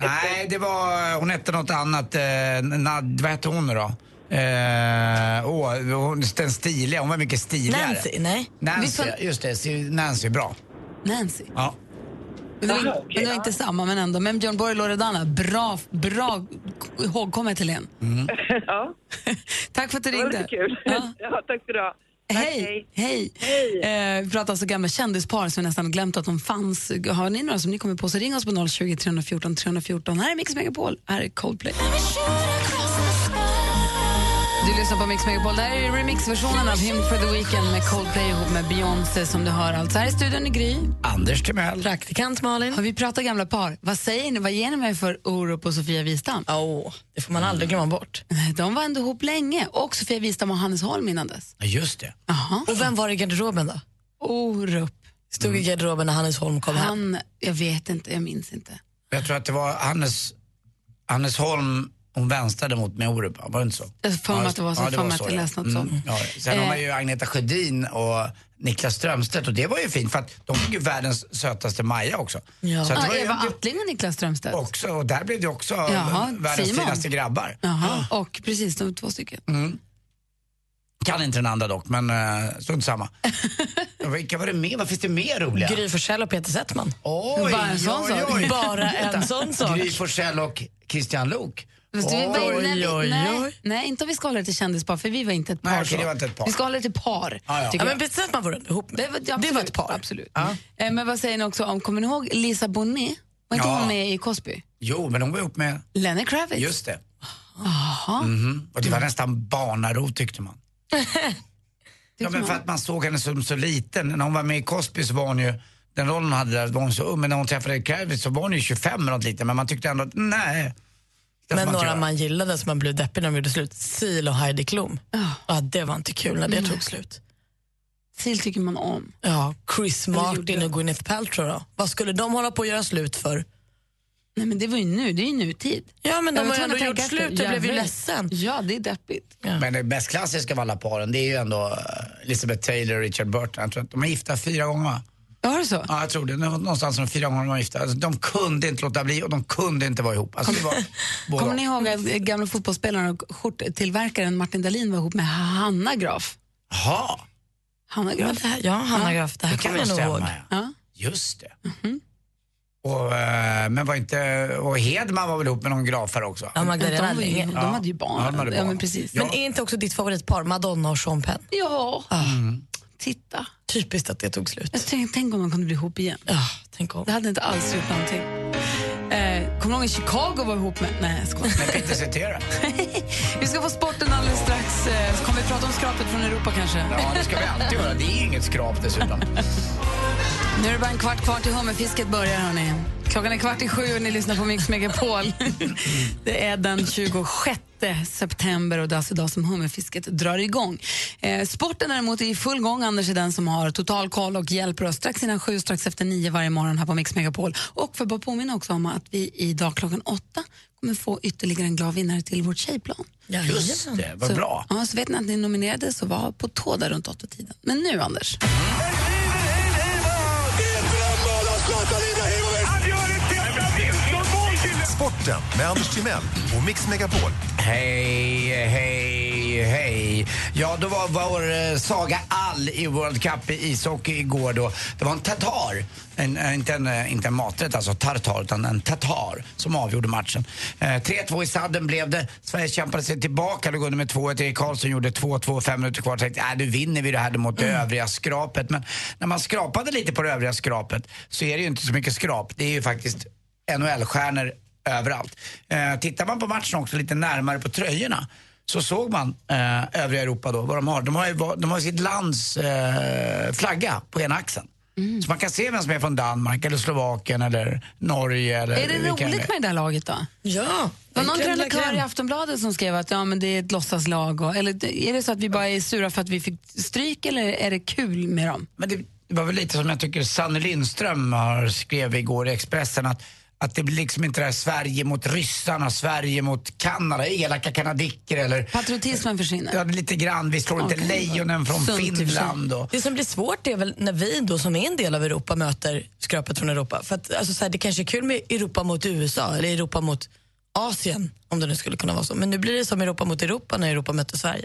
Speaker 4: Nej, det var... Hon hette något annat. Eh, Nad, vad hette hon nu då? Eh, åh, hon, den stiliga. Hon var mycket stiligare.
Speaker 5: Nancy, nej.
Speaker 4: Nancy,
Speaker 3: Visst var-
Speaker 4: just det. Nancy, bra.
Speaker 3: Nancy.
Speaker 4: Ja.
Speaker 3: Men det var,
Speaker 8: Aha, okej,
Speaker 3: men det var
Speaker 8: ja.
Speaker 3: inte samma, men ändå. Men Björn Borg och Loredana, bra, bra k- ihågkommet Helen.
Speaker 8: *laughs* Ja,
Speaker 3: *laughs* Tack för att du
Speaker 8: det var
Speaker 3: ringde.
Speaker 8: lite kul.
Speaker 3: Ja.
Speaker 8: *laughs* Ja, tack ska du ha. Tack,
Speaker 3: Hej! hej. Eh, vi pratar alltså gamla kändispar som vi nästan glömt att de fanns. Har ni några som ni kommer på så ring oss på 020 314 314. Här är Mix Megapol, här är Coldplay. Du lyssnar på Mix Megapol. Det här är remixversionen av Hymn for the Weekend med Coldplay ihop med Beyoncé som du hör. Alltså här i studion i Gry.
Speaker 4: Anders Timell.
Speaker 5: Praktikant Malin.
Speaker 3: Har vi pratat gamla par? Vad säger ni? Vad ger ni mig för Orup och Sofia Wistam?
Speaker 5: Åh, det får man aldrig glömma bort.
Speaker 3: De var ändå ihop länge. Och Sofia Wistam och Hannes Holm innan dess.
Speaker 4: Ja, just det.
Speaker 3: Jaha.
Speaker 5: Och vem var i garderoben då?
Speaker 3: Orup.
Speaker 5: Stod
Speaker 3: Mm.
Speaker 5: i garderoben när Hannes Holm kom hem.
Speaker 3: Han, jag vet inte, jag minns inte.
Speaker 4: Jag tror att det var Hannes, Hannes Holm hon vänstrade mot mig Orup, var det inte så?
Speaker 3: Jag får mig
Speaker 4: Ja,
Speaker 3: att det var så,
Speaker 4: ja,
Speaker 3: får mig att
Speaker 4: så,
Speaker 3: jag
Speaker 4: ja. Mm.
Speaker 3: läste något sånt.
Speaker 4: Ja. Sen har
Speaker 3: Eh.
Speaker 4: man ju Agneta Sjödin och Niklas Strömstedt och det var ju fint för att de fick ju världens sötaste Maja också.
Speaker 3: Ja.
Speaker 4: Så att det var
Speaker 3: Ah,
Speaker 4: ju
Speaker 3: Eva Attling och Niklas Strömstedt.
Speaker 4: också, och där blev det också
Speaker 3: Jaha,
Speaker 4: världens
Speaker 3: Simon.
Speaker 4: finaste grabbar.
Speaker 3: Jaha. Och precis, de två stycken.
Speaker 4: Mm. Kan inte den andra dock, men uh, strunt
Speaker 3: *laughs*
Speaker 4: samma. Ja, Vilka var det mer? Vad finns det mer roliga?
Speaker 5: Gry Forssell och Peter Settman.
Speaker 4: Oj,
Speaker 3: Bara en sån
Speaker 4: oj,
Speaker 3: sak.
Speaker 4: oj.
Speaker 5: Bara en sån sak.
Speaker 4: Gry Forssell och Christian Lok.
Speaker 3: Fast vi var
Speaker 4: Oj,
Speaker 3: inne-
Speaker 4: oj,
Speaker 3: nej,
Speaker 4: oj.
Speaker 3: nej, inte om vi ska hålla det till kändispar, för vi var inte ett par.
Speaker 4: Nej, okej,
Speaker 3: så.
Speaker 4: det var inte ett par.
Speaker 3: Vi ska hålla det till par.
Speaker 4: Ja, ja.
Speaker 3: tycker
Speaker 5: Ja, men
Speaker 3: jag.
Speaker 5: Peter Settman var du ändå ihop med.
Speaker 3: Det var, absolut,
Speaker 5: var ett par.
Speaker 3: Absolut. Eh, Men vad säger ni också om, kommer ni ihåg Lisa Bonet? Var inte
Speaker 4: Ja.
Speaker 3: hon med i Cosby?
Speaker 4: Jo, men hon var ihop med...
Speaker 3: Lenny Kravitz?
Speaker 4: Just det.
Speaker 5: *laughs*
Speaker 4: Mhm. Och det
Speaker 3: Mm.
Speaker 4: var nästan barnarot tyckte man. ja, men för att man såg henne som så liten. När hon var med i Cosby så var hon ju, den rollen hon hade där var hon så ung. Men när hon träffade Kravitz så var hon ju 25 eller något liten. Men man tyckte ändå att nej. det får Alltså,
Speaker 5: Men
Speaker 4: man inte
Speaker 5: några
Speaker 4: göra.
Speaker 5: man gillade som man blev deppig när de gjorde slut. Sil och Heidi Klum. Ja, det var inte kul när det tog slut.
Speaker 3: Sil tycker man om.
Speaker 5: Ja, Chris Martin
Speaker 3: gjorde-
Speaker 5: och Gwyneth Paltrow då? Vad skulle de hålla på att göra slut för?
Speaker 3: Nej men det var ju nu, det är ju nutid.
Speaker 5: Ja, men
Speaker 3: Jag
Speaker 5: de
Speaker 3: var
Speaker 5: har ju
Speaker 3: tvungen
Speaker 5: ändå
Speaker 3: att
Speaker 5: gjort
Speaker 3: tänka
Speaker 5: slut.
Speaker 3: efter.
Speaker 5: Jag blev ju
Speaker 3: vet.
Speaker 5: ledsen.
Speaker 3: Ja, det är deppigt.
Speaker 4: Men det mest klassiska av alla paren det är ju ändå eh, Elizabeth Taylor och Richard Burton. Jag tror att de är gifta fyra gånger va?
Speaker 3: Ja, Var det så?
Speaker 4: Ja, jag tror det. Någonstans runt fyra gånger de var gifta. Alltså, de kunde inte låta bli och de kunde inte vara ihop. Alltså, det
Speaker 3: *laughs*
Speaker 4: var båda.
Speaker 3: Kommer ni ihåg att gamla fotbollsspelaren och skjorttillverkaren Martin Dahlin var ihop med Hanna Graf?
Speaker 4: Jaha,
Speaker 3: Hanna
Speaker 5: Ja,
Speaker 3: Graf?
Speaker 5: det här, ja Hanna Graf, det här
Speaker 4: det kan
Speaker 5: kommer
Speaker 4: ju
Speaker 5: jag nog ihåg.
Speaker 4: stämma. Ja.
Speaker 3: Ja.
Speaker 4: Just det.
Speaker 5: Mhm.
Speaker 4: Och, eh, men var inte, och Hedman var väl ihop med någon grafare också?
Speaker 5: Ja, Magdalena
Speaker 3: De, var ju,
Speaker 5: Linge.
Speaker 3: de hade ju barn.
Speaker 4: Ja, de hade
Speaker 3: Ja,
Speaker 4: barn.
Speaker 3: men precis.
Speaker 5: Men är inte också ditt favoritpar Madonna och Sean Penn?
Speaker 3: Ja, titta.
Speaker 5: Typiskt att det tog slut.
Speaker 3: Jag tänk, tänk om de kunde bli ihop igen.
Speaker 5: Ja, tänk om.
Speaker 3: Det hade inte alls gjort någonting. Eh, kommer du ihåg Chicago var ihop med? Nej, jag skojar.
Speaker 4: Men Peter Cetera.
Speaker 3: Vi ska få sporten alldeles strax. Eh, så kommer vi prata om skrapet från Europa kanske.
Speaker 4: Ja, det ska vi alltid göra. Det är inget skrap dessutom.
Speaker 3: Nu är det bara en kvart kvar till hummerfisket börjar. Hörni. Klockan är kvart i sju och ni lyssnar på Mix Megapol.
Speaker 4: *laughs*
Speaker 3: det är den 26 september och det är alltså idag som hummerfisket drar igång. Eh, sporten däremot är i full gång. Anders är den som har total koll och hjälper oss strax innan sju, strax efter nio varje morgon här på Mix Megapol. Och för att bara påminna också om att vi idag klockan åtta kommer få ytterligare en glad vinnare till vårt tjejplan.
Speaker 4: Just det, vad
Speaker 3: Så-
Speaker 4: bra.
Speaker 3: Ja, så vet ni att ni nominerade så var på tå där runt åtta tiden. Men nu Anders.
Speaker 10: Sporten med Anders Timell och Mix Megapol.
Speaker 4: Hej, hej, hej. Ja, då var vår eh, Saga All i World Cup i ishockey igår då. Det var en tatar, en, eh, inte, en, eh, inte en maträtt alltså, tartar, utan en tatar som avgjorde matchen. Eh, 3-2 i sadden blev det. Sverige kämpade sig tillbaka, låg under med 2-1. Erik Karlsson gjorde 2-2, fem minuter kvar. Tänkte, äh, nu vinner vi det här mot det övriga skrapet. Men när man skrapade lite på det övriga skrapet så är det ju inte så mycket skrap. Det är ju faktiskt NHL-stjärnor överallt. Eh, tittar man på matchen också lite närmare på tröjorna så såg man eh, övriga Europa då vad de har. De har ju, va- de har ju sitt lands eh, flagga på ena axeln.
Speaker 3: Mm.
Speaker 4: Så man kan se vem som är från Danmark eller Slovakien eller Norge eller
Speaker 3: Är det
Speaker 4: vilka
Speaker 3: roligt med det där laget då?
Speaker 5: Ja.
Speaker 3: Det var någon
Speaker 5: verkligen,
Speaker 3: krönikör i
Speaker 5: verkligen.
Speaker 3: Aftonbladet som skrev att ja, men det är ett låtsaslag. Och, eller, är det så att vi bara är sura för att vi fick stryk eller är det kul med dem?
Speaker 4: Men det, det var väl lite som jag tycker Sanne Lindström har skrev igår i Expressen att, att det blir liksom inte det här Sverige mot ryssarna, Sverige mot Kanada, elaka kanadicker eller
Speaker 3: Patriotismen försvinner.
Speaker 4: ja, lite grann, vi slår inte
Speaker 3: Okej.
Speaker 4: lejonen från
Speaker 3: Sunt typ i och för sig.
Speaker 4: Finland. Och,
Speaker 5: Det som blir svårt är väl när vi då som är en del av Europa möter skrapet från Europa. För att, alltså, så här, det kanske är kul med Europa mot USA eller Europa mot Asien om det nu skulle kunna vara så. Men nu blir det som Europa mot Europa när Europa möter Sverige.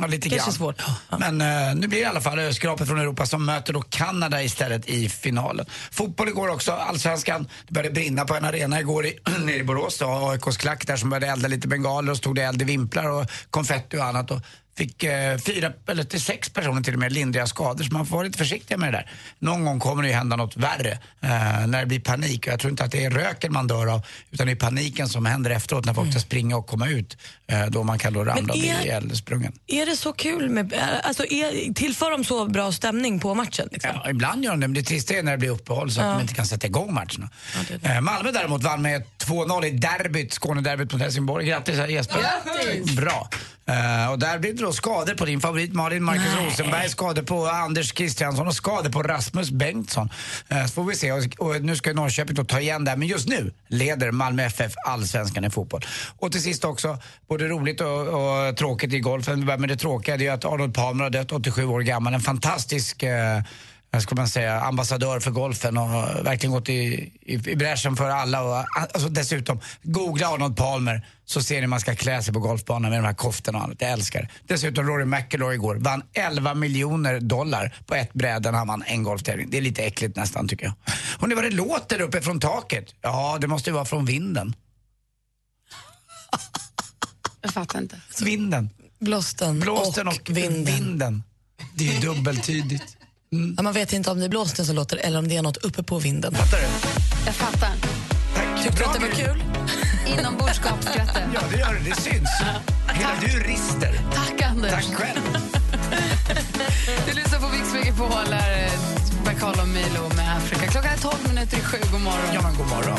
Speaker 4: Ja, lite
Speaker 5: Kanske
Speaker 4: grann.
Speaker 5: svårt.
Speaker 4: Ja. Men eh, nu blir det i alla fall skrapet från Europa som möter då Kanada istället i finalen. Fotboll igår också, allsvenskan. Det började brinna på en arena igår i, *clears throat* nere i Borås. Då, AIKs klack där som började elda lite bengaler och stod det eld i vimplar och konfetti och annat. Och fick eh, fyra, eller till sex personer till och med lindriga skador så man får vara lite försiktig med det där. Någon gång kommer det ju hända något värre eh, när det blir panik. Och jag tror inte att det är röken man dör av utan det är paniken som händer efteråt när folk ska springa och komma ut. Eh, då man kan då ramla och bli
Speaker 5: Mm. är-
Speaker 4: ihjälsprungen.
Speaker 5: Är det så kul? Med, är- alltså, är, tillför de så bra stämning på matchen? Liksom?
Speaker 4: Ja, ibland gör de det, men det trista är när det blir uppehåll så att de inte kan sätta igång matcherna. Eh, Malmö däremot vann med 2-0 i derbyt, Skånederbyt mot Helsingborg. Grattis här, Jesper! eh, Bra! Eh, och där blir det då skador på din favorit Malin Marcus
Speaker 3: Nej.
Speaker 4: Rosenberg, skador på Anders Kristiansson och skador på Rasmus Bengtsson. Eh, så får vi se. Och, och nu ska Norrköping då ta igen där. Men just nu leder Malmö FF allsvenskan i fotboll. Och till sist också, både roligt och, och tråkigt i golfen. Vi börjar med det tråkiga, det är ju att Arnold Palmer har dött, 87 år gammal. En fantastisk eh, vad ska man säga, ambassadör för golfen och har verkligen gått i, i, i bräschen för alla. Och, alltså dessutom, googla Arnold Palmer så ser ni hur man ska klä sig på golfbanan med de här koftorna och allt. Jag älskar det. Dessutom Rory McIlroy igår vann 11 miljoner dollar på ett bräde när han vann en golftävling. Det är lite äckligt nästan tycker jag. Och nu var det låter uppe från taket. Ja, det måste ju vara från vinden.
Speaker 3: Jag fattar inte.
Speaker 4: Vinden.
Speaker 5: Blåsten,
Speaker 4: Blåsten och,
Speaker 5: och vinden.
Speaker 4: vinden. Det är ju dubbeltydigt. Mm.
Speaker 5: Ja, man vet inte om det är blåsten som låter eller om det är något uppe på vinden.
Speaker 4: Fattar du?
Speaker 3: Jag fattar.
Speaker 5: Tyckte du att det var kul?
Speaker 3: Inombordsgapskrattet.
Speaker 4: Ja, det gör det. Det syns. Hela du rister.
Speaker 3: Tack, Anders.
Speaker 4: Tack själv.
Speaker 3: *laughs* Du lyssnar på Mix Megapol. Här är Bacalo Milo med Afrika. Klockan är 12 minuter i sju. God morgon.
Speaker 4: Ja, men god morgon.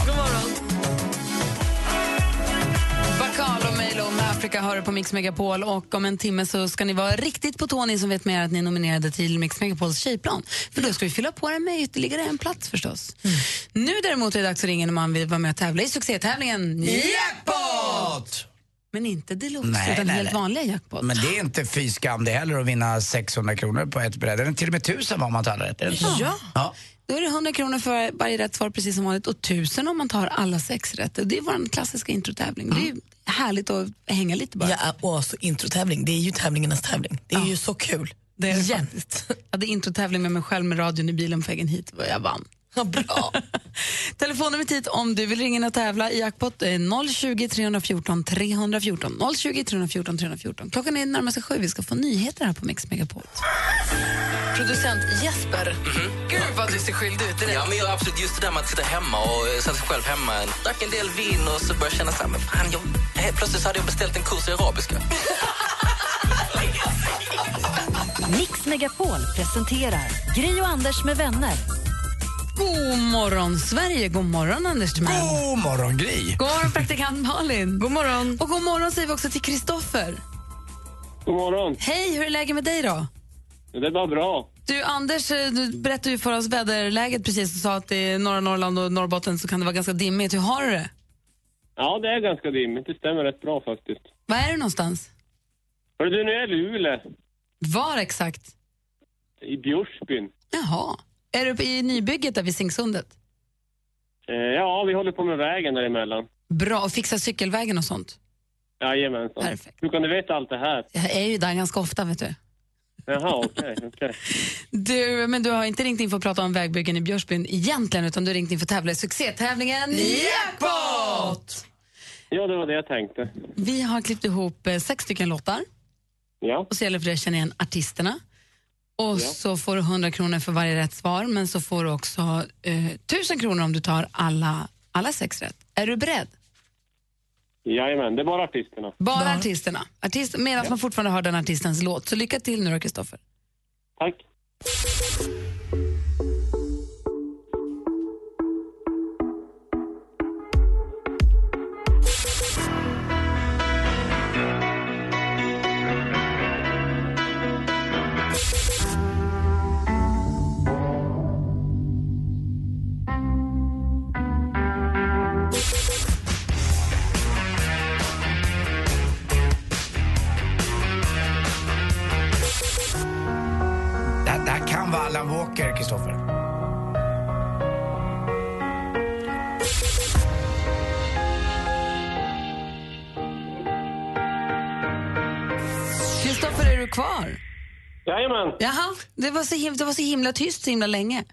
Speaker 3: Bacalo Milo med Afrika hör du på Mix Megapol. Och om en timme så ska ni vara riktigt på tå, ni som vet med er att ni är nominerade till Mix Megapols tjejplan. För då ska vi fylla på den med ytterligare en plats förstås.
Speaker 4: Mm.
Speaker 3: Nu däremot är det dags att ringa när man vill vara med och tävla i succétävlingen
Speaker 4: Jackpot!
Speaker 3: Men inte deluxe,
Speaker 4: Nej,
Speaker 3: utan
Speaker 4: nej,
Speaker 3: helt
Speaker 4: nej.
Speaker 3: vanliga jackpot.
Speaker 4: Men det är inte fy skam det heller att vinna 600 kronor på ett bräde. Eller till och med 1000 var om man talar rätt. är det inte så?
Speaker 5: Ja.
Speaker 4: ja.
Speaker 3: Då är det 100 kronor för varje rätt svar precis som vanligt och 1000 om man tar alla sex rätt. Och Det är vår klassiska introtävling. Det är ju härligt att hänga lite bara.
Speaker 5: Ja, åh, så introtävling. Det är ju tävlingarnas tävling. Det är ju så kul.
Speaker 3: Det är det
Speaker 5: Jämt.
Speaker 3: Jag hade introtävling med mig själv med radion i bilen på vägen hit och jag vann.
Speaker 5: Ja, bra.
Speaker 3: *laughs* Telefonnumret hit om du vill ringa in och tävla i jackpot eh, är 020 314 314. 020 314 314. Klockan är närmare sig sju. Vi ska få nyheter här på Mix Megapol. Producent Jesper. Gud vad du ser skyldig ut.
Speaker 10: Mhm. Ja, men jag, absolut. Just det där med att sitta hemma och eh, sen sig själv hemma. Drack en del vin och så började jag känna så här, men fan, jag, helt plötsligt så hade jag beställt en kurs i arabiska.
Speaker 1: Mix Megapol presenterar Gri och Anders med vänner.
Speaker 3: God morgon, Sverige. God morgon, Anders Timell.
Speaker 4: God morgon, Gry.
Speaker 3: God morgon, praktikant Malin. God morgon. Och god morgon säger vi också till Kristoffer.
Speaker 11: God morgon.
Speaker 3: Hej, hur är läget med dig då?
Speaker 11: Det var bra.
Speaker 3: Du, Anders, eh, du berättade ju för oss väderläget precis och sa att i norra Norrland och Norrbotten så kan det vara ganska dimmigt. Hur har du det?
Speaker 11: Ja, det är ganska dimmigt. Det stämmer rätt bra faktiskt.
Speaker 3: Var är du någonstans?
Speaker 11: Hörru du, nu är jag i Luleå.
Speaker 3: Var exakt?
Speaker 11: I Bjursbyn.
Speaker 3: Jaha. Är du uppe i nybygget där vid Singsundet?
Speaker 11: Eh, ja, vi håller på med vägen däremellan.
Speaker 3: Bra, och fixa cykelvägen och sånt.
Speaker 11: Jajamensan.
Speaker 3: Perfekt.
Speaker 11: Hur kan du veta allt det här?
Speaker 3: Jag är ju där ganska ofta, vet du.
Speaker 11: Jaha, okej.
Speaker 4: *laughs*
Speaker 11: okej.
Speaker 3: Du, men du har inte ringt in för att prata om vägbyggen i Björsbyn egentligen, utan du har ringt in för att tävla i succétävlingen Jackpot!
Speaker 11: Ja, det var det jag tänkte.
Speaker 3: Vi har klippt ihop eh, sex stycken låtar.
Speaker 11: Ja,
Speaker 3: Och så gäller det för dig att känna igen artisterna. Och
Speaker 11: Ja.
Speaker 3: så får du 100 kronor för varje rätt svar, men så får du också eh, 1000 kronor om du tar alla, alla sex rätt. Är du beredd?
Speaker 11: jajamän. Det är bara artisterna.
Speaker 3: Bara artisterna. Artist, medan man fortfarande hör den artistens låt. Så lycka till nu då, Kristoffer.
Speaker 11: Tack.
Speaker 4: Det, här- det här kan vara Alan Walker, Kristoffer.
Speaker 3: Kristoffer, är du kvar?
Speaker 11: Jajamän.
Speaker 3: Jaha, det var, så himla, det var så himla tyst så himla länge.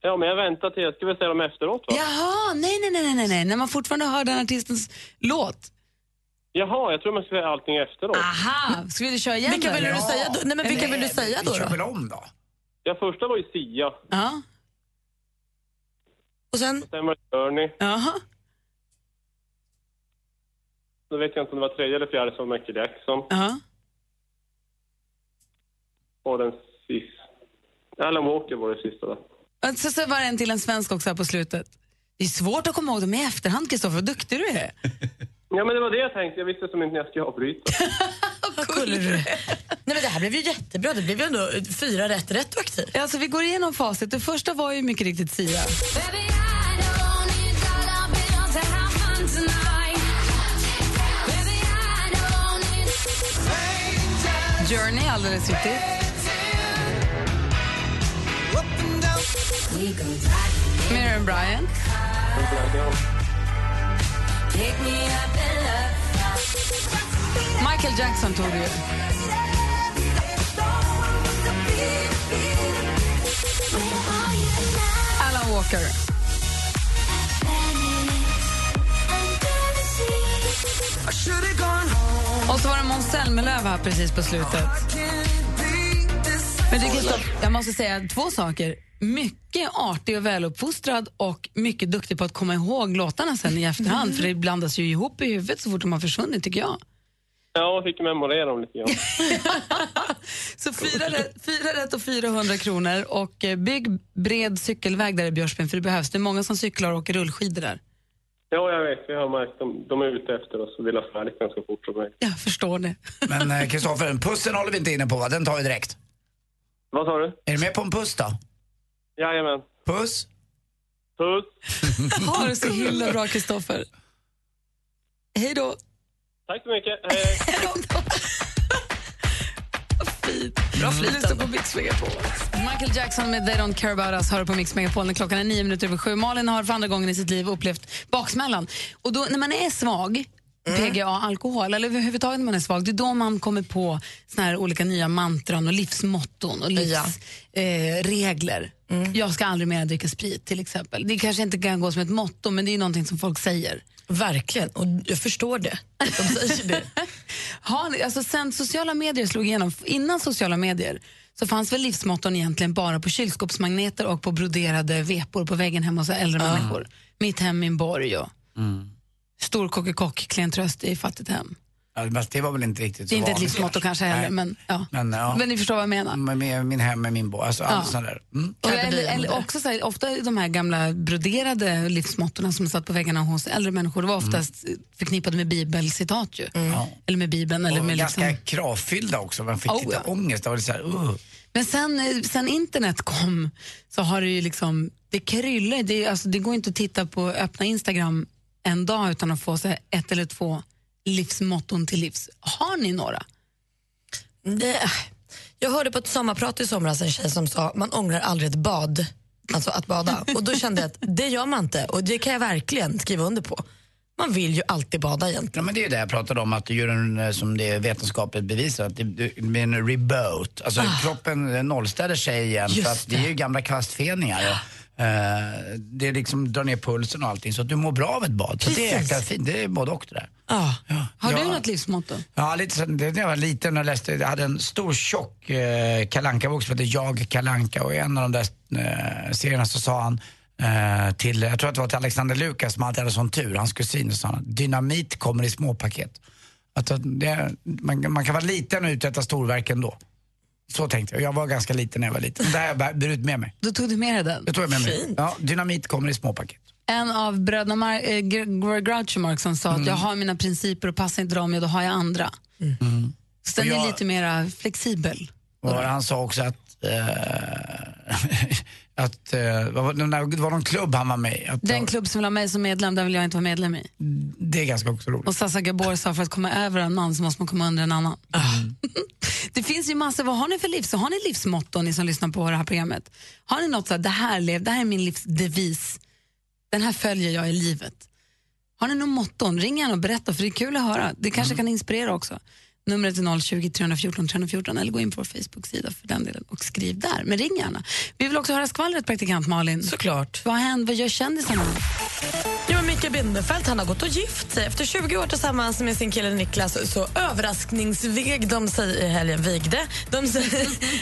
Speaker 11: Ja, men jag väntar till... Jag ska väl säga dem efteråt, va?
Speaker 3: Jaha, nej, nej, nej, nej, nej, nej, när man fortfarande hör den artistens låt.
Speaker 11: Jaha, jag tror man ska säga allting efteråt.
Speaker 3: Aha, ska vi köra igen
Speaker 5: Vilka
Speaker 3: då,
Speaker 5: vill
Speaker 3: eller?
Speaker 5: du säga då? Nej, men vilka vill du säga då?
Speaker 4: Vi kör
Speaker 5: då?
Speaker 4: väl om då.
Speaker 11: Ja, första var ju Sia.
Speaker 3: Ja,
Speaker 5: Och sen?
Speaker 11: Sen var det Journey.
Speaker 3: jaha.
Speaker 11: Då vet jag inte om det var tredje eller fjärde som var Michael Jackson.
Speaker 3: Ja.
Speaker 11: Och den sista... Alan Walker var det sista, va?
Speaker 3: Och Så, så var det en till en svensk också här på slutet. Det är svårt att komma ihåg dem i efterhand, Kristoffer. Vad duktig du är.
Speaker 11: Ja, men det var det jag tänkte. Jag visste som inte när jag skulle avbryta.
Speaker 5: Nej, men det här blev ju jättebra. Det blev ju ändå fyra rätt retroaktivt.
Speaker 3: Alltså, vi går igenom facit. Det första var ju mycket riktigt Sia. Journey, alldeles riktigt. Miriam Bryant. Michael Jackson tog det ju. Alan Walker. Och så var det Måns Zelmerlöw här precis på slutet. Men du, Kristoff, jag måste säga två saker. Mycket artig och väluppfostrad och mycket duktig på att komma ihåg låtarna sen i efterhand. För det blandas ju ihop i huvudet så fort de har försvunnit, tycker jag.
Speaker 11: Ja, jag fick memorera dem lite grann.
Speaker 3: Så fyra rätt, fyra rätt och 400 kronor. Och eh, bygg bred cykelväg där i Björksbyn, för det behövs. Det är många som cyklar och åker rullskidor där.
Speaker 11: Ja, jag vet. Vi har märkt de, de är ute efter oss och vill ha färdigt ganska fort som möjligt.
Speaker 3: Jag förstår det.
Speaker 4: Men
Speaker 3: *laughs*
Speaker 4: Kristoffer, pussen håller vi inte inne på va? Den tar vi direkt.
Speaker 11: Vad sa du?
Speaker 4: Är du med på en puss då?
Speaker 11: Jajamän.
Speaker 4: Puss!
Speaker 11: Puss!
Speaker 3: *laughs* Ha det så himla bra, Kristoffer. Hej då.
Speaker 11: Tack så mycket. Hej,
Speaker 3: *laughs*
Speaker 11: hej.
Speaker 3: Bra flyt på Mix Megapol. Michael Jackson med They Don't Care About Us hör på Mix Megapol när klockan är nio minuter över sju. Malin har för andra gången i sitt liv upplevt baksmällan. Och då, när man är svag,
Speaker 5: Mm.
Speaker 3: PGA, alkohol, eller överhuvudtaget när man är svag, det är då man kommer på såna här olika nya mantran och livsmotton och livsregler.
Speaker 5: Mm.
Speaker 3: Jag ska aldrig mer dricka sprit till exempel. Det kanske inte kan gå som ett motto, men det är någonting som folk säger.
Speaker 5: Verkligen, och jag förstår det. De säger det.
Speaker 3: Har ni, alltså sen sociala medier slog igenom, innan sociala medier så fanns väl livsmotton egentligen bara på kylskåpsmagneter och på broderade vepor på väggen hemma hos äldre
Speaker 4: Ah.
Speaker 12: Ja.
Speaker 3: människor. Mitt hem, min borg och
Speaker 4: Mm.
Speaker 3: stor kockekock, klen tröst i fattigt hem.
Speaker 4: Ja, fast det var väl inte riktigt så
Speaker 3: Det är inte ett
Speaker 4: vanligt
Speaker 3: livsmotto kanske heller,
Speaker 4: Nej.
Speaker 3: men, ja.
Speaker 4: Men, ja.
Speaker 3: men ni förstår vad jag menar.
Speaker 4: Med, med min hem, med min bo. Alltså,
Speaker 3: Ja.
Speaker 4: allt sånt där. Mm.
Speaker 3: Och eller, eller också så här, ofta de här gamla broderade livsmottona som satt på väggarna hos äldre människor, det var oftast eh, förknippade med bibelcitat ju. Eller med bibeln. Eller
Speaker 4: Mm. och
Speaker 3: med
Speaker 4: ganska
Speaker 3: liksom...
Speaker 4: kravfyllda också. Man fick
Speaker 3: Oh,
Speaker 4: lite
Speaker 3: ja.
Speaker 4: ångest. Det var lite så här, uh.
Speaker 3: Men sen, eh, sen internet kom så har det ju liksom, det kryllar, det, är- alltså, det går inte att titta på öppna Instagram en dag utan att få så här, ett eller två livsmotton till livs. Har ni några?
Speaker 5: Nej. Eh, Jag hörde på ett sommarprat i somras en tjej som sa man ångrar aldrig ett bad. Alltså att bada. Och då kände jag att det gör man inte och det kan jag verkligen skriva under på. Man vill ju alltid bada egentligen.
Speaker 4: Ja, men det är ju det jag pratade om, att du gör en, eh, som det är vetenskapligt bevisat, att det- det blir en reboot. Alltså kroppen eh, nollställer sig igen
Speaker 13: Just
Speaker 4: för att det är ju gamla kvastfeningar. Och, eh, det liksom drar ner pulsen och allting så att du mår bra av ett bad. Så det är
Speaker 3: Precis.
Speaker 4: jäkla fint, det är både och det där.
Speaker 3: Har du
Speaker 4: Ja.
Speaker 3: något livsmotto?
Speaker 4: Ja, lite så, det, när jag var liten och läste, jag hade en stor tjock eh, kalanka bok som hette Jag Kalanka och i en av de där eh, serierna så sa han eh, till, jag tror att det var till Alexander Lukas som alltid hade sån tur, hans kusin, så sa han, dynamit kommer i små paket. Att, att det, man, man kan vara liten och uträtta storverk ändå. Så tänkte jag, jag var ganska liten när jag var liten. Det har jag bär- burit med mig.
Speaker 3: Då tog du med dig den?
Speaker 4: Det tog jag med mig. Ja, dynamit kommer i små paket.
Speaker 3: En av bröderna Mar- eh, Gr- Gr- Groucho Marx som
Speaker 4: Mm.
Speaker 3: sa att jag har mina principer och passar inte dem, ja, då har jag andra.
Speaker 4: Mm.
Speaker 3: Så den
Speaker 4: Och
Speaker 3: är
Speaker 4: jag-
Speaker 3: lite mer flexibel.
Speaker 4: Och han sa också att, eh, *laughs* att eh, vad var, det- när- det var någon klubb han var med i. Att,
Speaker 3: Den klubb som vill ha mig som medlem, den vill jag inte vara medlem i.
Speaker 4: det är ganska också roligt.
Speaker 3: Och Sasa Gabor sa för att komma över en man så måste man komma under en annan. *laughs* det finns ju massor. Vad har ni för livs? Har ni livsmotto, ni som lyssnar på det här programmet? Har ni något så här, det här, lev, det här är min livsdevis. Den här följer jag i livet. Har ni någon motton? Ring gärna och berätta, för det är kul att höra. Det kanske kan inspirera också. Numret är 020 314 314 eller gå in på vår Facebook-sida för den delen och skriv där. Men ring gärna. Vi vill också höra skvallret, praktikant Malin.
Speaker 5: Såklart.
Speaker 3: Vad händer? Vad gör kändisarna?
Speaker 5: Ja, men Mikael Bindefeldt han har gått och gift sig. Efter 20 år tillsammans med sin kille Niklas så överraskningsvig de sig i helgen. Vigde de sig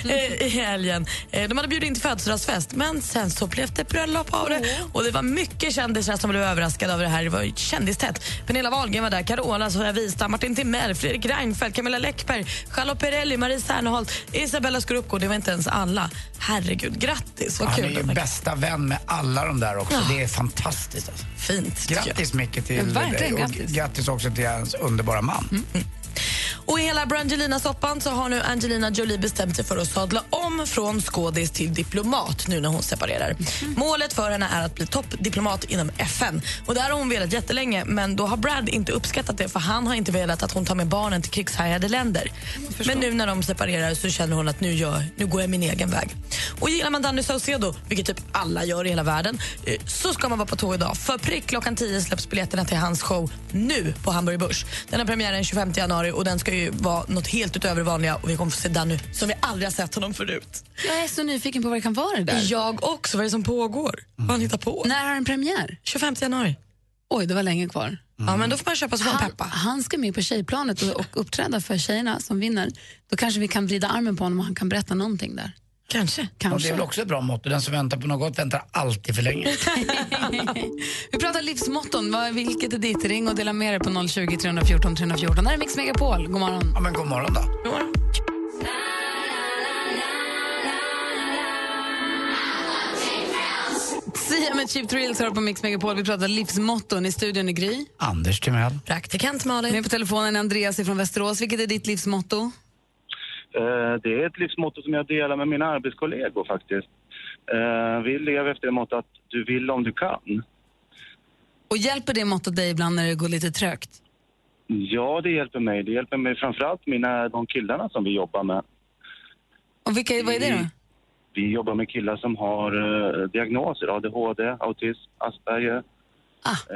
Speaker 5: eh, i helgen. Eh, De hade bjudit in till födelsedagsfest, men sen så blev det bröllop av det. Och det var mycket kändisar som blev överraskade av det här. Det var ju kändistätt. Pernilla Wahlgren var där, Carola Sofia Wistam, Martin Timell, Fredrik Reinfeldt, Camilla Läckberg, Charlotte Perrelli, Marie Serneholt, Isabella Scorupco. Det var inte ens alla. Herregud, grattis. Vad
Speaker 4: Han är
Speaker 5: kul.
Speaker 4: ju
Speaker 5: de här-
Speaker 4: bästa vän med alla de där också.
Speaker 5: Ja.
Speaker 4: Det är fantastiskt. Alltså.
Speaker 5: Fint.
Speaker 4: Grattis Micke till
Speaker 5: Ja, verkligen,
Speaker 4: dig och
Speaker 5: grattis. Mm.
Speaker 4: grattis. också till hans underbara man.
Speaker 5: Och i hela Brangelina-soppan så har nu Angelina Jolie bestämt sig för att sadla om från skådis till diplomat nu när hon separerar. Målet för henne är att bli toppdiplomat inom FN. Och det här har hon velat jättelänge men då har Brad inte uppskattat det för han har inte velat att hon tar med barnen till krigshärjade länder. Men nu när de separerar så känner hon att nu, gör, nu går jag min egen väg. Och gillar man Danny Saucedo, vilket typ alla gör i hela världen, eh, så ska man vara på tå idag. För prick klockan 10 släpps biljetterna till hans show nu på Hamburg Börs. Den har premiär den 25 januari och den ska ju vara något helt utöver det vanliga och vi kommer få se Danny som vi aldrig har sett honom förut.
Speaker 3: Jag är så nyfiken på vad det kan vara det där.
Speaker 5: Jag också, vad är det som pågår? Vad han hittar på?
Speaker 3: När har den premiär?
Speaker 5: 25 januari.
Speaker 3: Oj, det var länge kvar.
Speaker 5: Ja, men då får man köpa sig en
Speaker 3: han,
Speaker 5: peppa.
Speaker 3: han ska med på tjejplanet och, och uppträda för tjejerna som vinner. Då kanske vi kan vrida armen på honom och han kan berätta någonting där.
Speaker 5: Kanske.
Speaker 4: Och det är väl också ett bra motto. Den som väntar på något gott väntar alltid för länge.
Speaker 3: Vi pratar livsmotton. Vad- Vilket är ditt? Ring och dela med dig på 020 314 314. Det här är Mix Megapol. God morgon.
Speaker 4: Ja, men god morgon då.
Speaker 3: Sia med Cheap Thrills hör på Mix Megapol. Vi pratar livsmotton. I studion i Gry.
Speaker 4: Anders Timell.
Speaker 5: Praktikant Malin.
Speaker 3: Med på telefonen är Andreas från Västerås. Vilket är ditt livsmotto?
Speaker 12: Eh, Det är ett livsmotto som jag delar med mina arbetskollegor faktiskt. Eh, Vi lever efter det motto att du vill om du kan.
Speaker 3: Och hjälper det mottot dig ibland när det går lite trögt?
Speaker 12: Ja, det hjälper mig. Det hjälper mig framförallt mina, de killarna som vi jobbar med.
Speaker 3: Och vilka, vad är det då? *laughs*
Speaker 12: Vi jobbar med killar som har eh, diagnoser, ADHD, autism, Asperger.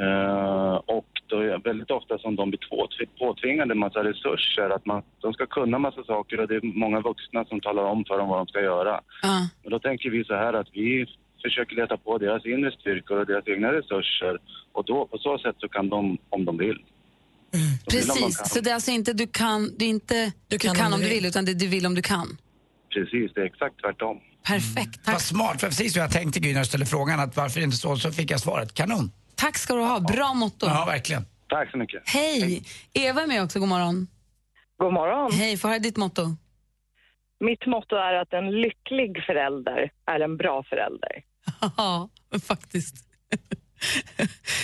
Speaker 12: Eh, och då är det väldigt ofta som de blir tvåtv- påtvingade en massa resurser. Att man, de ska kunna massa saker och det är många vuxna som talar om för dem vad de ska göra.
Speaker 3: Ja.
Speaker 12: Men då tänker vi så här att vi försöker leta på deras inre styrkor och deras egna resurser. Och då, på så sätt så kan de, om de vill. De vill om de kan.
Speaker 3: Precis, så det är alltså inte du kan, det är inte, du kan, om du vill, utan det är du vill om du kan.
Speaker 12: Precis, det är exakt tvärtom.
Speaker 3: Perfekt.
Speaker 4: Vad smart, för precis vad jag tänkte Gry när jag ställde frågan att varför inte så, så fick jag svaret. Kanon.
Speaker 3: Tack ska du ha, bra motto.
Speaker 4: Ja, verkligen.
Speaker 12: Tack så mycket.
Speaker 3: Hej! Eva är med också, god morgon.
Speaker 13: God morgon.
Speaker 3: Hej, får jag höra ditt motto?
Speaker 13: Mitt motto är att en lycklig förälder är en bra förälder.
Speaker 3: *laughs* Ja, faktiskt.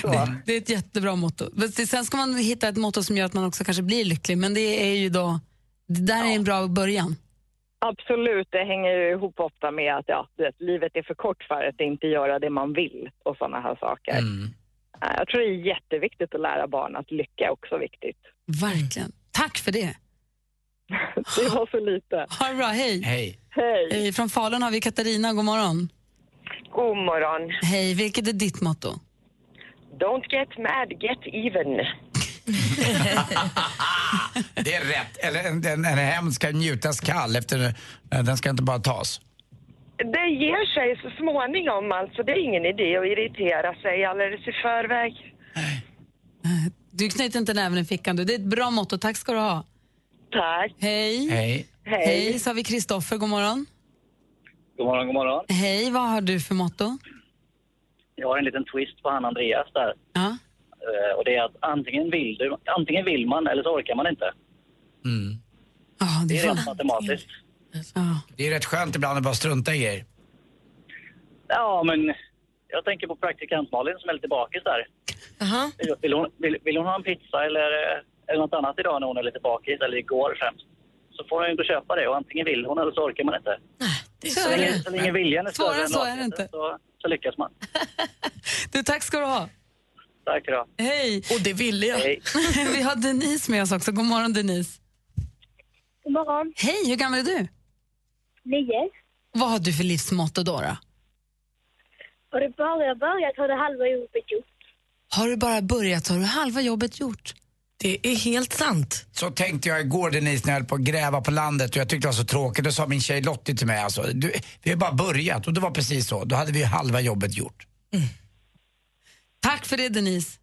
Speaker 3: det, det är ett jättebra motto. Men det- Sen ska man hitta ett motto som gör att man också kanske blir lycklig, men det är ju då, det där är en bra början.
Speaker 13: Absolut, det hänger ju ihop ofta med att ja, du vet, livet är för kort för att inte göra det man vill och sådana här saker. Eh, Jag tror det är jätteviktigt att lära barn att lycka är också viktigt.
Speaker 3: Verkligen. Tack för det.
Speaker 13: *laughs* Det var så lite.
Speaker 3: Ha det bra, hej.
Speaker 4: Hej.
Speaker 3: Hej. Från Falun har vi Katarina, god morgon.
Speaker 14: God morgon.
Speaker 3: Hej, vilket är ditt motto?
Speaker 14: Don't get mad, get even.
Speaker 4: Det är rätt. Eller en, en, en hem ska njutas kall, efter, eh, den ska inte bara tas.
Speaker 14: Det ger sig så småningom, alltså. Det är ingen idé att irritera sig alldeles i förväg.
Speaker 3: Du knyter inte näven i fickan du. Det är ett bra motto. Tack ska du ha.
Speaker 14: Tack.
Speaker 3: Hej.
Speaker 4: Hej.
Speaker 3: Hej. så har vi Kristoffer. God morgon.
Speaker 15: God morgon, god morgon.
Speaker 3: Hej, vad har du för motto?
Speaker 15: Jag har en liten twist på han Andreas där.
Speaker 3: Ja.
Speaker 15: Eh, Och det är att antingen vill, du, antingen vill man eller så orkar man inte.
Speaker 4: Mm.
Speaker 3: Ja,
Speaker 15: Det är
Speaker 4: fan-
Speaker 15: rent matematiskt.
Speaker 4: Det är rätt skönt ibland att bara strunta i grejer.
Speaker 15: Ja, men jag tänker på praktikant Malin som är lite bakis där. Vill, vill, hon, vill, vill hon ha en pizza eller, eh, eller något annat idag när hon är lite bakis, eller igår främst, så får hon ju gå och köpa det. Och antingen vill hon eller så orkar man inte.
Speaker 3: Det
Speaker 15: så, länge, så länge viljan är
Speaker 3: Svårare
Speaker 15: större
Speaker 3: än
Speaker 15: än
Speaker 3: så är det inte.
Speaker 15: lakheten så, så lyckas man.
Speaker 3: *laughs* Du, tack ska du ha.
Speaker 15: Tack då.
Speaker 3: Hej.
Speaker 5: Och det ville jag.
Speaker 3: *laughs* vi har Denise med oss också. God morgon, Denise.
Speaker 16: God morgon.
Speaker 3: Hej, hur gammal är du?
Speaker 16: Nio.
Speaker 3: Vad har du för livsmotto då? då?
Speaker 16: Och det bara jag börjat har det halva jobbet gjort.
Speaker 3: Har du bara börjat så har du halva jobbet gjort.
Speaker 5: Det är helt sant.
Speaker 4: Så tänkte jag igår Denise när jag höll på att gräva på landet och jag tyckte det var så tråkigt. Då sa min tjej Lottie till mig alltså, du, vi har bara börjat och det var precis så. Då hade vi ju halva jobbet gjort.
Speaker 3: Tack för det, Denise.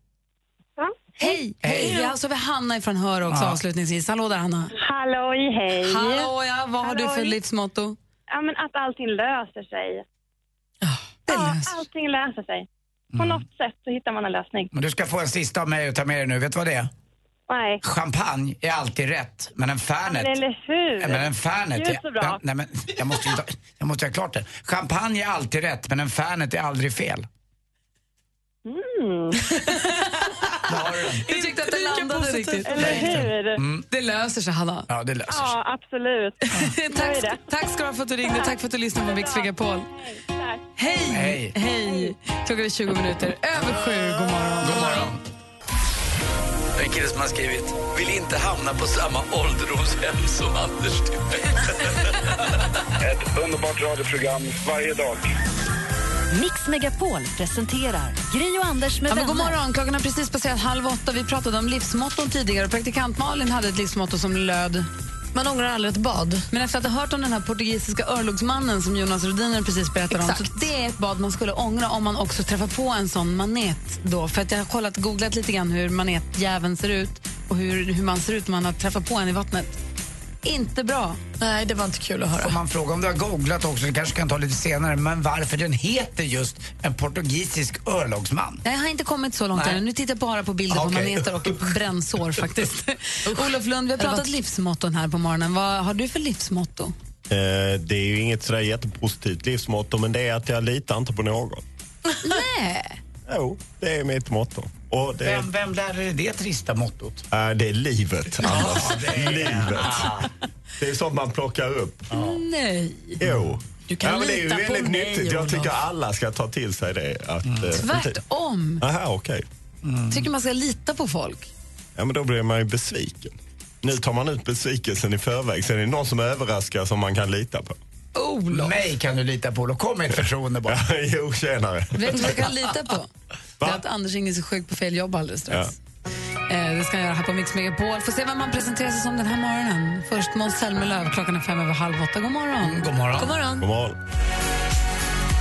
Speaker 3: Hej!
Speaker 4: Hej.
Speaker 3: Vi har så vi har Hanna från Hör också
Speaker 17: Ja.
Speaker 3: avslutningsvis. Hallå där, Hanna.
Speaker 17: Halloj, hej.
Speaker 3: Hallå, ja. Vad har du för
Speaker 17: Halloj.
Speaker 3: livsmotto?
Speaker 17: Ja, men att allting löser sig.
Speaker 3: Ja,
Speaker 17: allting
Speaker 3: Mm.
Speaker 17: löser sig. På något sätt så hittar man en lösning.
Speaker 4: Men du ska få en sista av mig att ta med dig nu. Vet du vad det är?
Speaker 17: Nej.
Speaker 4: Champagne är alltid rätt, men en Fernet...
Speaker 17: Men eller hur?
Speaker 4: Nej, men en Fernet...
Speaker 17: Det är ju så bra.
Speaker 4: Ja, nej, men jag måste ju ta, jag måste ha klart det. Champagne är alltid rätt, men en Fernet är aldrig fel.
Speaker 17: Mm.
Speaker 3: Jag tyckte att det landade riktigt. Mm.
Speaker 17: Eller hur?
Speaker 3: Det löser sig, Hanna.
Speaker 4: Ja, det löser sig.
Speaker 17: Ja, absolut.
Speaker 3: *laughs* tack, tack ska du ha för att du ringde. Tack för att du lyssnade på Mix Megapol. Hej! Hej! Klockan är 20 minuter över sju. God morgon.
Speaker 4: God morgon.
Speaker 10: Det är en kille som har skrivit Vill inte hamna på samma ålderdomshem som Anders
Speaker 9: *laughs* Ett underbart radioprogram varje dag.
Speaker 1: Mix Megapol presenterar Gri och Anders med
Speaker 3: Ja, men
Speaker 1: vänner.
Speaker 3: god morgon. Klockan har precis passerat halv åtta. Vi pratade om livsmotton tidigare. Praktikant Malin hade ett livsmotto som löd... Man ångrar aldrig ett bad. Men efter att ha hört om den här portugisiska örlogsmannen som Jonas Rhodiner precis berättade om, så det är ett bad man skulle ångra om man också träffar på en sån manet. Då. För att jag har kollat, googlat lite grann hur manetjäveln ser ut och hur, hur man ser ut när man har träffat på en i vattnet. Inte bra.
Speaker 5: Nej, det var inte kul att höra.
Speaker 4: Får man fråga om du har googlat också, det kanske kan ta lite senare, men varför den heter just en portugisisk örlogsman?
Speaker 3: Nej, jag har inte kommit så långt
Speaker 4: Nej.
Speaker 3: ännu. Nu tittar jag bara på bilder på
Speaker 4: Okej. *laughs*
Speaker 3: maneter och brännsår faktiskt. Olof Lund, vi har
Speaker 18: Det var-
Speaker 3: pratat livsmotton här på morgonen. Vad har du
Speaker 4: *laughs*
Speaker 3: för livsmotto?
Speaker 18: Eh, det är ju inget sådär jättepositivt livsmotto, men det är att jag litar inte på någon.
Speaker 3: Nej.
Speaker 18: Jo, det är mitt motto. Och det,
Speaker 4: Vem, vem lärde dig det trista mottot?
Speaker 18: eh, det är livet, Anders. livet. Det är sånt man plockar upp.
Speaker 3: Nej.
Speaker 18: Jo.
Speaker 3: Mm. Du kan
Speaker 18: ja, men det är ju
Speaker 3: lita på
Speaker 18: väldigt
Speaker 3: mig,
Speaker 18: nyttigt. Jag
Speaker 3: Olof.
Speaker 18: tycker alla ska ta till sig det. Att, eh, inte-
Speaker 3: Tvärtom.
Speaker 18: Aha, okej. Mm.
Speaker 3: Tycker man ska lita på folk.
Speaker 18: Ja, men då blir man ju besviken. Nu tar man ut besvikelsen i förväg. Sen är det någon som överraskar som man kan lita på.
Speaker 4: Olof. Mig kan du lita på, Olof. Kom med ett förtroende bara.
Speaker 18: *laughs* jo, tjenare.
Speaker 3: Vet du vad jag kan lita
Speaker 18: *laughs*
Speaker 3: på? Det är att Anders ringer sig sjuk på fel jobb alldeles strax. Eh, det ska jag göra här på Mix Megapol. Får se vem man presenterar sig som den här morgonen. Först Måns Zelmerlöw, klockan är fem över halv åtta. God morgon.
Speaker 4: God morgon.
Speaker 3: God morgon.
Speaker 18: God morgon.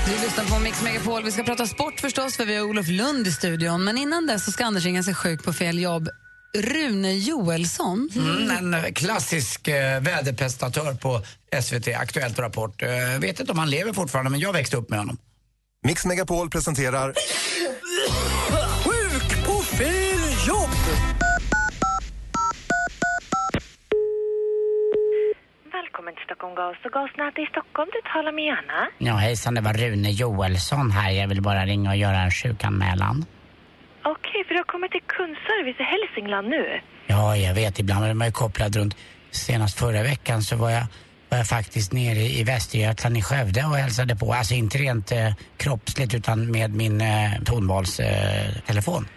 Speaker 3: Du lyssnar på Mix Megapol. Vi ska prata sport förstås, för vi har Olof Lund i studion. Men innan dess så ska Anders ringa sig sjuk på fel jobb. Rune Joelsson.
Speaker 4: Mm, en klassisk eh, väderprestatör på SVT, Aktuellt och Rapport. Eh, vet inte om han lever fortfarande, men jag växte upp med honom.
Speaker 19: Mix Megapol presenterar...
Speaker 2: Sjuk på fel jobb!
Speaker 20: Välkommen till Stockholm Gas och gasnät i Stockholm. Du talar med Anna.
Speaker 21: Ja, hejsan, det var Rune Joelsson här. Jag vill bara ringa och göra en sjukanmälan.
Speaker 20: Okej, för du har kommit till kundservice i Hälsingland nu.
Speaker 21: Ja, jag vet, ibland är man ju kopplad runt. Senast förra veckan så var jag, var jag faktiskt nere i Västergötland i Skövde och hälsade på. Alltså inte rent eh, kroppsligt utan med min eh, tonvalstelefon. Eh, telefon.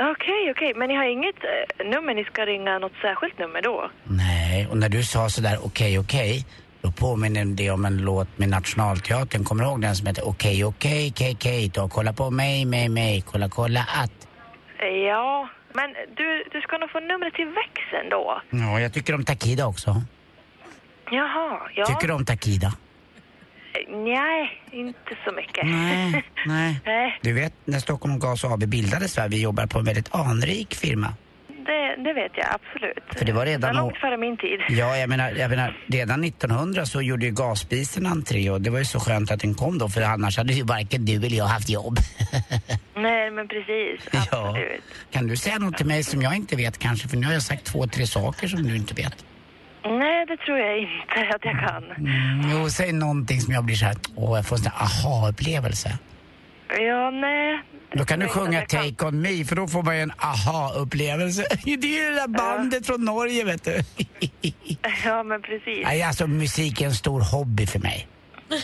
Speaker 20: Okej, okej, men ni har inget eh, nummer ni ska ringa något särskilt nummer då?
Speaker 21: Nej, och när du sa sådär okej, okej, då påminner det om en låt med Nationalteatern. Kommer du ihåg den som heter Okej, okej, okej, okej då? Kolla på mig, mig, mig, kolla, kolla att.
Speaker 20: Eh, Ja, men du, du ska nog få numret till växeln då.
Speaker 21: Ja, jag tycker om Takida också.
Speaker 20: Jaha, ja.
Speaker 21: Tycker du om Takida?
Speaker 20: Eh, Nej, inte så mycket.
Speaker 21: Nej, nej.
Speaker 20: *laughs* Nej,
Speaker 21: Du vet när Stockholm Gas AB bildades, va? vi jobbar på en väldigt anrik firma.
Speaker 20: det, det vet jag absolut.
Speaker 21: För det var
Speaker 20: Det var
Speaker 21: redan... å-
Speaker 20: långt före min tid.
Speaker 21: Ja, jag menar, jag menar, redan 1900 så gjorde ju gasspisen entré och det var ju så skönt att den kom då för annars hade ju varken du eller jag haft jobb. *laughs*
Speaker 20: Nej, men precis.
Speaker 21: ja. Kan du säga något till mig som jag inte vet kanske? För nu har jag sagt två, tre saker som du inte vet.
Speaker 20: Nej, det tror jag inte att jag kan.
Speaker 21: Mm, jo, säg någonting som jag blir så här, åh, jag får en sån här aha-upplevelse.
Speaker 20: Ja, nej. *laughs*
Speaker 4: Då kan du sjunga Take On Me, för då får man ju en
Speaker 21: *laughs*
Speaker 4: aha-upplevelse. Det är ju det där bandet från Norge, vet du.
Speaker 20: Ja, men precis.
Speaker 21: Nej, alltså musik är en stor hobby för mig.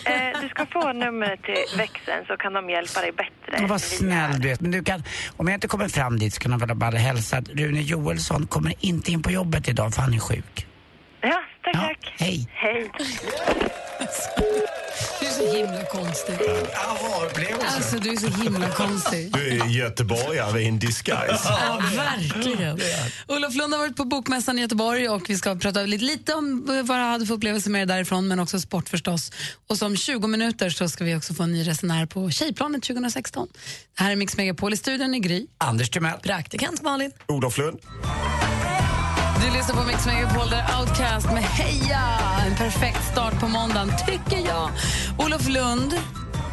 Speaker 20: Eh, du ska få numret till växeln så kan de hjälpa dig bättre.
Speaker 21: Men vad snäll du är. Men du kan, om jag inte kommer fram dit så kan de väl bara hälsa att Rune Joelsson kommer inte in på jobbet idag för han är sjuk.
Speaker 20: Ja, tack, tack.
Speaker 21: Hej.
Speaker 3: *laughs*
Speaker 20: Hej.
Speaker 3: Du är så himla konstig.
Speaker 4: Aha-upplevelse.
Speaker 3: Alltså, du är så himla konstig.
Speaker 18: Du
Speaker 3: *laughs*
Speaker 18: är göteborgare in disguise.
Speaker 3: Ja, verkligen. Olof Lund har varit på Bokmässan i Göteborg och vi ska prata lite, lite om eh, vad jag hade för upplevelser med det därifrån, men också sport förstås. Och som 20 minuter så ska vi också få en ny resenär på Tjejplanet 2016. Det här är Mix Megapol i studion i Gry.
Speaker 4: Anders Timell.
Speaker 3: Praktikant Malin.
Speaker 18: Olof Lund.
Speaker 3: Du lyssnar på Mix Megapol där Outcast med Heja! En perfekt start på måndagen, tycker jag. Olof Lund,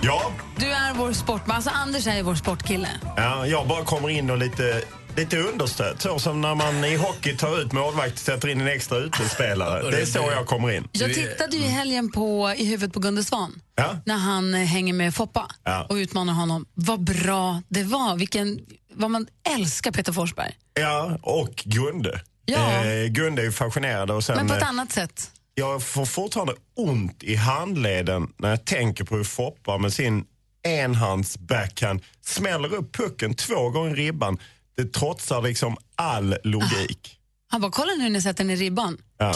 Speaker 18: Ja,
Speaker 3: du är vår sportman. Alltså Anders är ju vår sportkille.
Speaker 18: Ja, jag bara kommer in och lite Lite understött, så som när man i hockey tar ut målvakt och sätter in en extra utespelare. Det är Mm. så jag kommer in.
Speaker 3: Jag tittade ju i helgen på I huvudet på Gunde Svan
Speaker 18: Ja.
Speaker 3: när han eh, hänger med Foppa
Speaker 18: Ja.
Speaker 3: och utmanar honom. Vad bra det var. Vilken, vad man älskar Peter Forsberg.
Speaker 18: Ja, och Gunde.
Speaker 3: Ja.
Speaker 18: Eh, Gunde är ju fascinerande. Och sen,
Speaker 3: Men på ett
Speaker 18: eh,
Speaker 3: annat sätt.
Speaker 18: Jag får fortfarande ont i handleden när jag tänker på hur Foppa med sin enhands backhand smäller upp pucken två gånger i ribban. Det trotsar liksom all logik.
Speaker 3: Han bara, kolla nu när ni sätter den i ribban.
Speaker 18: Ja.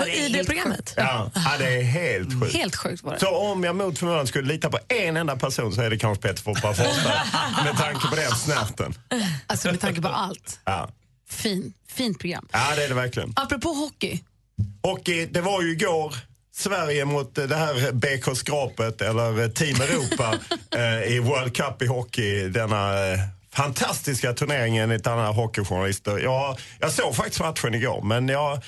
Speaker 3: Och I det programmet?
Speaker 18: Ja, ja, det är helt sjukt.
Speaker 3: Helt sjukt var det.
Speaker 18: Så om jag mot förmodan skulle lita på en enda person så är det kanske Peter
Speaker 3: *laughs*
Speaker 18: Foppa Forsberg. Med tanke på den snärten.
Speaker 3: Alltså med tanke på allt.
Speaker 18: Ja.
Speaker 3: Fin, fint program.
Speaker 18: ja, det är det verkligen.
Speaker 3: Apropå hockey.
Speaker 18: Och eh, det var ju igår Sverige mot eh, det här BK Skrapet eller eh, Team Europa eh, i World Cup i hockey. Denna eh, fantastiska turnering enligt andra hockeyjournalister. Jag, jag såg faktiskt matchen igår men jag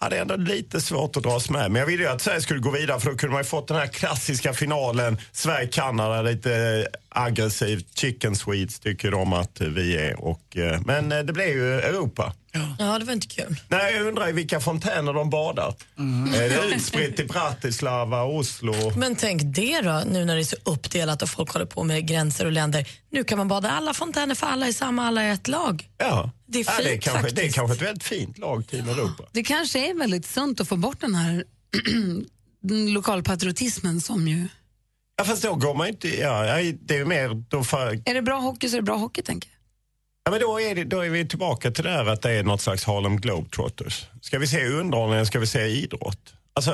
Speaker 18: hade ändå lite svårt att dras med. Men jag ville ju att Sverige skulle gå vidare för då kunde man ju fått den här klassiska finalen. Sverige-Kanada lite eh, aggressivt. Chicken Swedes tycker de att eh, vi är. Och, eh, men eh, det blev ju Europa.
Speaker 5: Ja, det var inte kul.
Speaker 18: Nej, jag undrar i vilka fontäner de badar.
Speaker 5: Mm.
Speaker 18: Är
Speaker 5: *laughs*
Speaker 18: det utspritt i Bratislava, Oslo?
Speaker 5: Men tänk det då, nu när det är så uppdelat och folk håller på med gränser och länder. Nu kan man bada i alla fontäner för alla är samma, alla är ett lag.
Speaker 18: Ja.
Speaker 5: Det är
Speaker 18: ja, det, är
Speaker 5: fint
Speaker 18: kanske, det är
Speaker 5: faktiskt.
Speaker 18: kanske ett väldigt fint lag, Team Europa.
Speaker 3: Det kanske är väldigt sunt att få bort den här *clears throat* lokalpatriotismen som ju...
Speaker 18: Ja, fast då går man ju inte... Ja, nej, det är ju mer... Då, fa-
Speaker 3: Är det bra hockey så är det bra hockey, tänker jag.
Speaker 18: ja, men då, är det, då är vi tillbaka till det här att det är något slags Harlem Globetrotters. Ska vi se underhållning eller ska vi se idrott? Alltså,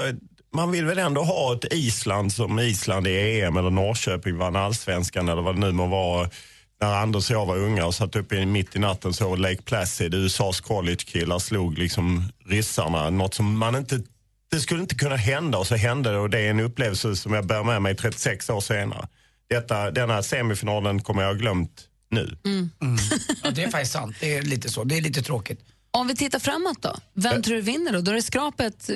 Speaker 18: man vill väl ändå ha ett Island som Island i EM eller Norrköping vann allsvenskan eller vad det nu må vara. När Anders och jag var unga och satt uppe i- mitt i natten och såg Lake Placid, USAs collegekillar slog liksom ryssarna. Något som man inte, det skulle inte kunna hända och så hände det och det är en upplevelse som jag bär med mig 36 år senare. Detta, denna semifinalen kommer jag ha glömt nu.
Speaker 4: *laughs* Ja, det är faktiskt sant. Det är lite så. Det är lite tråkigt.
Speaker 3: Om vi tittar framåt då, vem tror du vinner då? Då är det skrapet,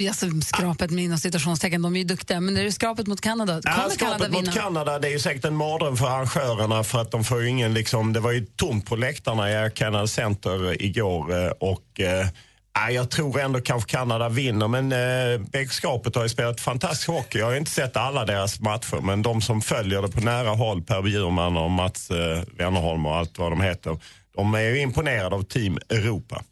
Speaker 3: eh, alltså skrapet med inom citationstecken, de är ju duktiga, men är det skrapet mot Kanada?
Speaker 18: Ja,
Speaker 3: Kommer Kanada
Speaker 18: skapet mot
Speaker 3: vinna?
Speaker 18: Kanada, det är ju säkert en mardröm för arrangörerna för att de får ju ingen, liksom, det var ju tomt på läktarna i Canada Center igår eh, och eh, ja, jag tror ändå kanske Kanada vinner men eh, Bäckskapet har ju spelat fantastisk hockey. Jag har ju inte sett alla deras matcher men de som följer det på nära håll, Per Bjurman och Mats eh, Wennerholm och allt vad de heter, de är ju imponerade av Team Europa.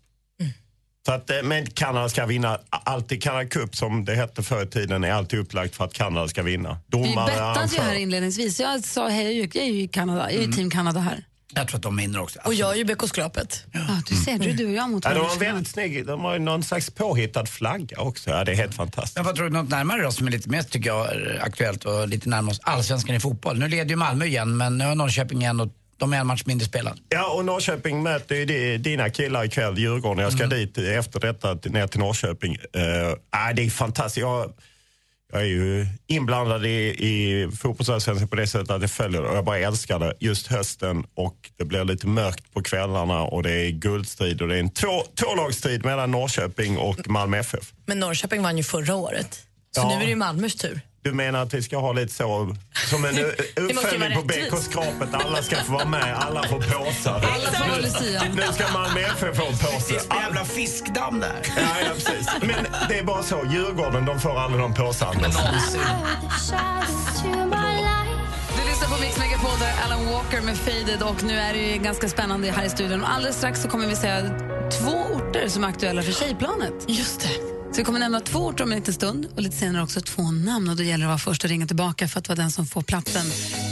Speaker 18: Så att, eh, men Kanada ska vinna. Alltid Canada Cup som det hette förr i tiden är alltid upplagt för att Kanada ska vinna.
Speaker 3: Vi
Speaker 18: Domare,
Speaker 3: bettade ju
Speaker 18: arrangörer.
Speaker 3: här inledningsvis, jag sa hej, jag är ju i Kanada, jag är ju
Speaker 18: Mm.
Speaker 3: team Kanada här.
Speaker 4: Jag tror att de vinner också.
Speaker 5: Och jag är ju BK-skrapet.
Speaker 3: Ja, du ser, du, du och jag mot
Speaker 18: Ja, de
Speaker 3: varandra.
Speaker 18: har en väldigt snygg, de har ju någon slags påhittad flagga också. Ja, det är helt fantastiskt.
Speaker 4: Jag tror något närmare då som är lite mest tycker jag är aktuellt och lite närmare oss allsvenskan i fotboll. Nu leder ju Malmö igen men nu har Norrköping igen och de är en match mindre spelad.
Speaker 18: Ja, och Norrköping möter ju di- dina killar ikväll, Djurgården. Jag ska dit efter detta, till- ner till Norrköping. Uh, det är fantastiskt. Jag, jag är ju inblandad i, i fotbollsallsvenskan på det sättet att jag följer det och jag bara älskar det. Just hösten och det blir lite mörkt på kvällarna och det är guldstrid och det är en två, tvålagsstrid mellan Norrköping och Malmö FF.
Speaker 5: Men Norrköping vann ju förra året. Så
Speaker 18: Ja.
Speaker 5: nu är det ju Malmös tur.
Speaker 18: Du menar att vi ska ha lite så,
Speaker 4: *laughs*
Speaker 18: som en u-
Speaker 5: ju
Speaker 18: uppföljning
Speaker 5: vara
Speaker 18: på BK-skrapet. Alla ska få vara med, alla får påsar.
Speaker 4: Alla får vara Lucia.
Speaker 18: nu, nu ska Malmö FF få en påse.
Speaker 4: jävla fiskdamm där.
Speaker 18: Ja, ja, precis. Men det är bara så, Djurgården de får aldrig de påsarna.
Speaker 3: Alltså, Du lyssnar på Mix Megapol, där Alan Walker med Faded och nu är det ju ganska spännande här i studion. Och Alldeles strax så kommer vi säga två orter som är aktuella för tjejplanet. Just det. Så vi kommer nämna två orter om en liten stund och lite senare också två namn och då gäller det att vara först och ringa tillbaka för att vara den som får platsen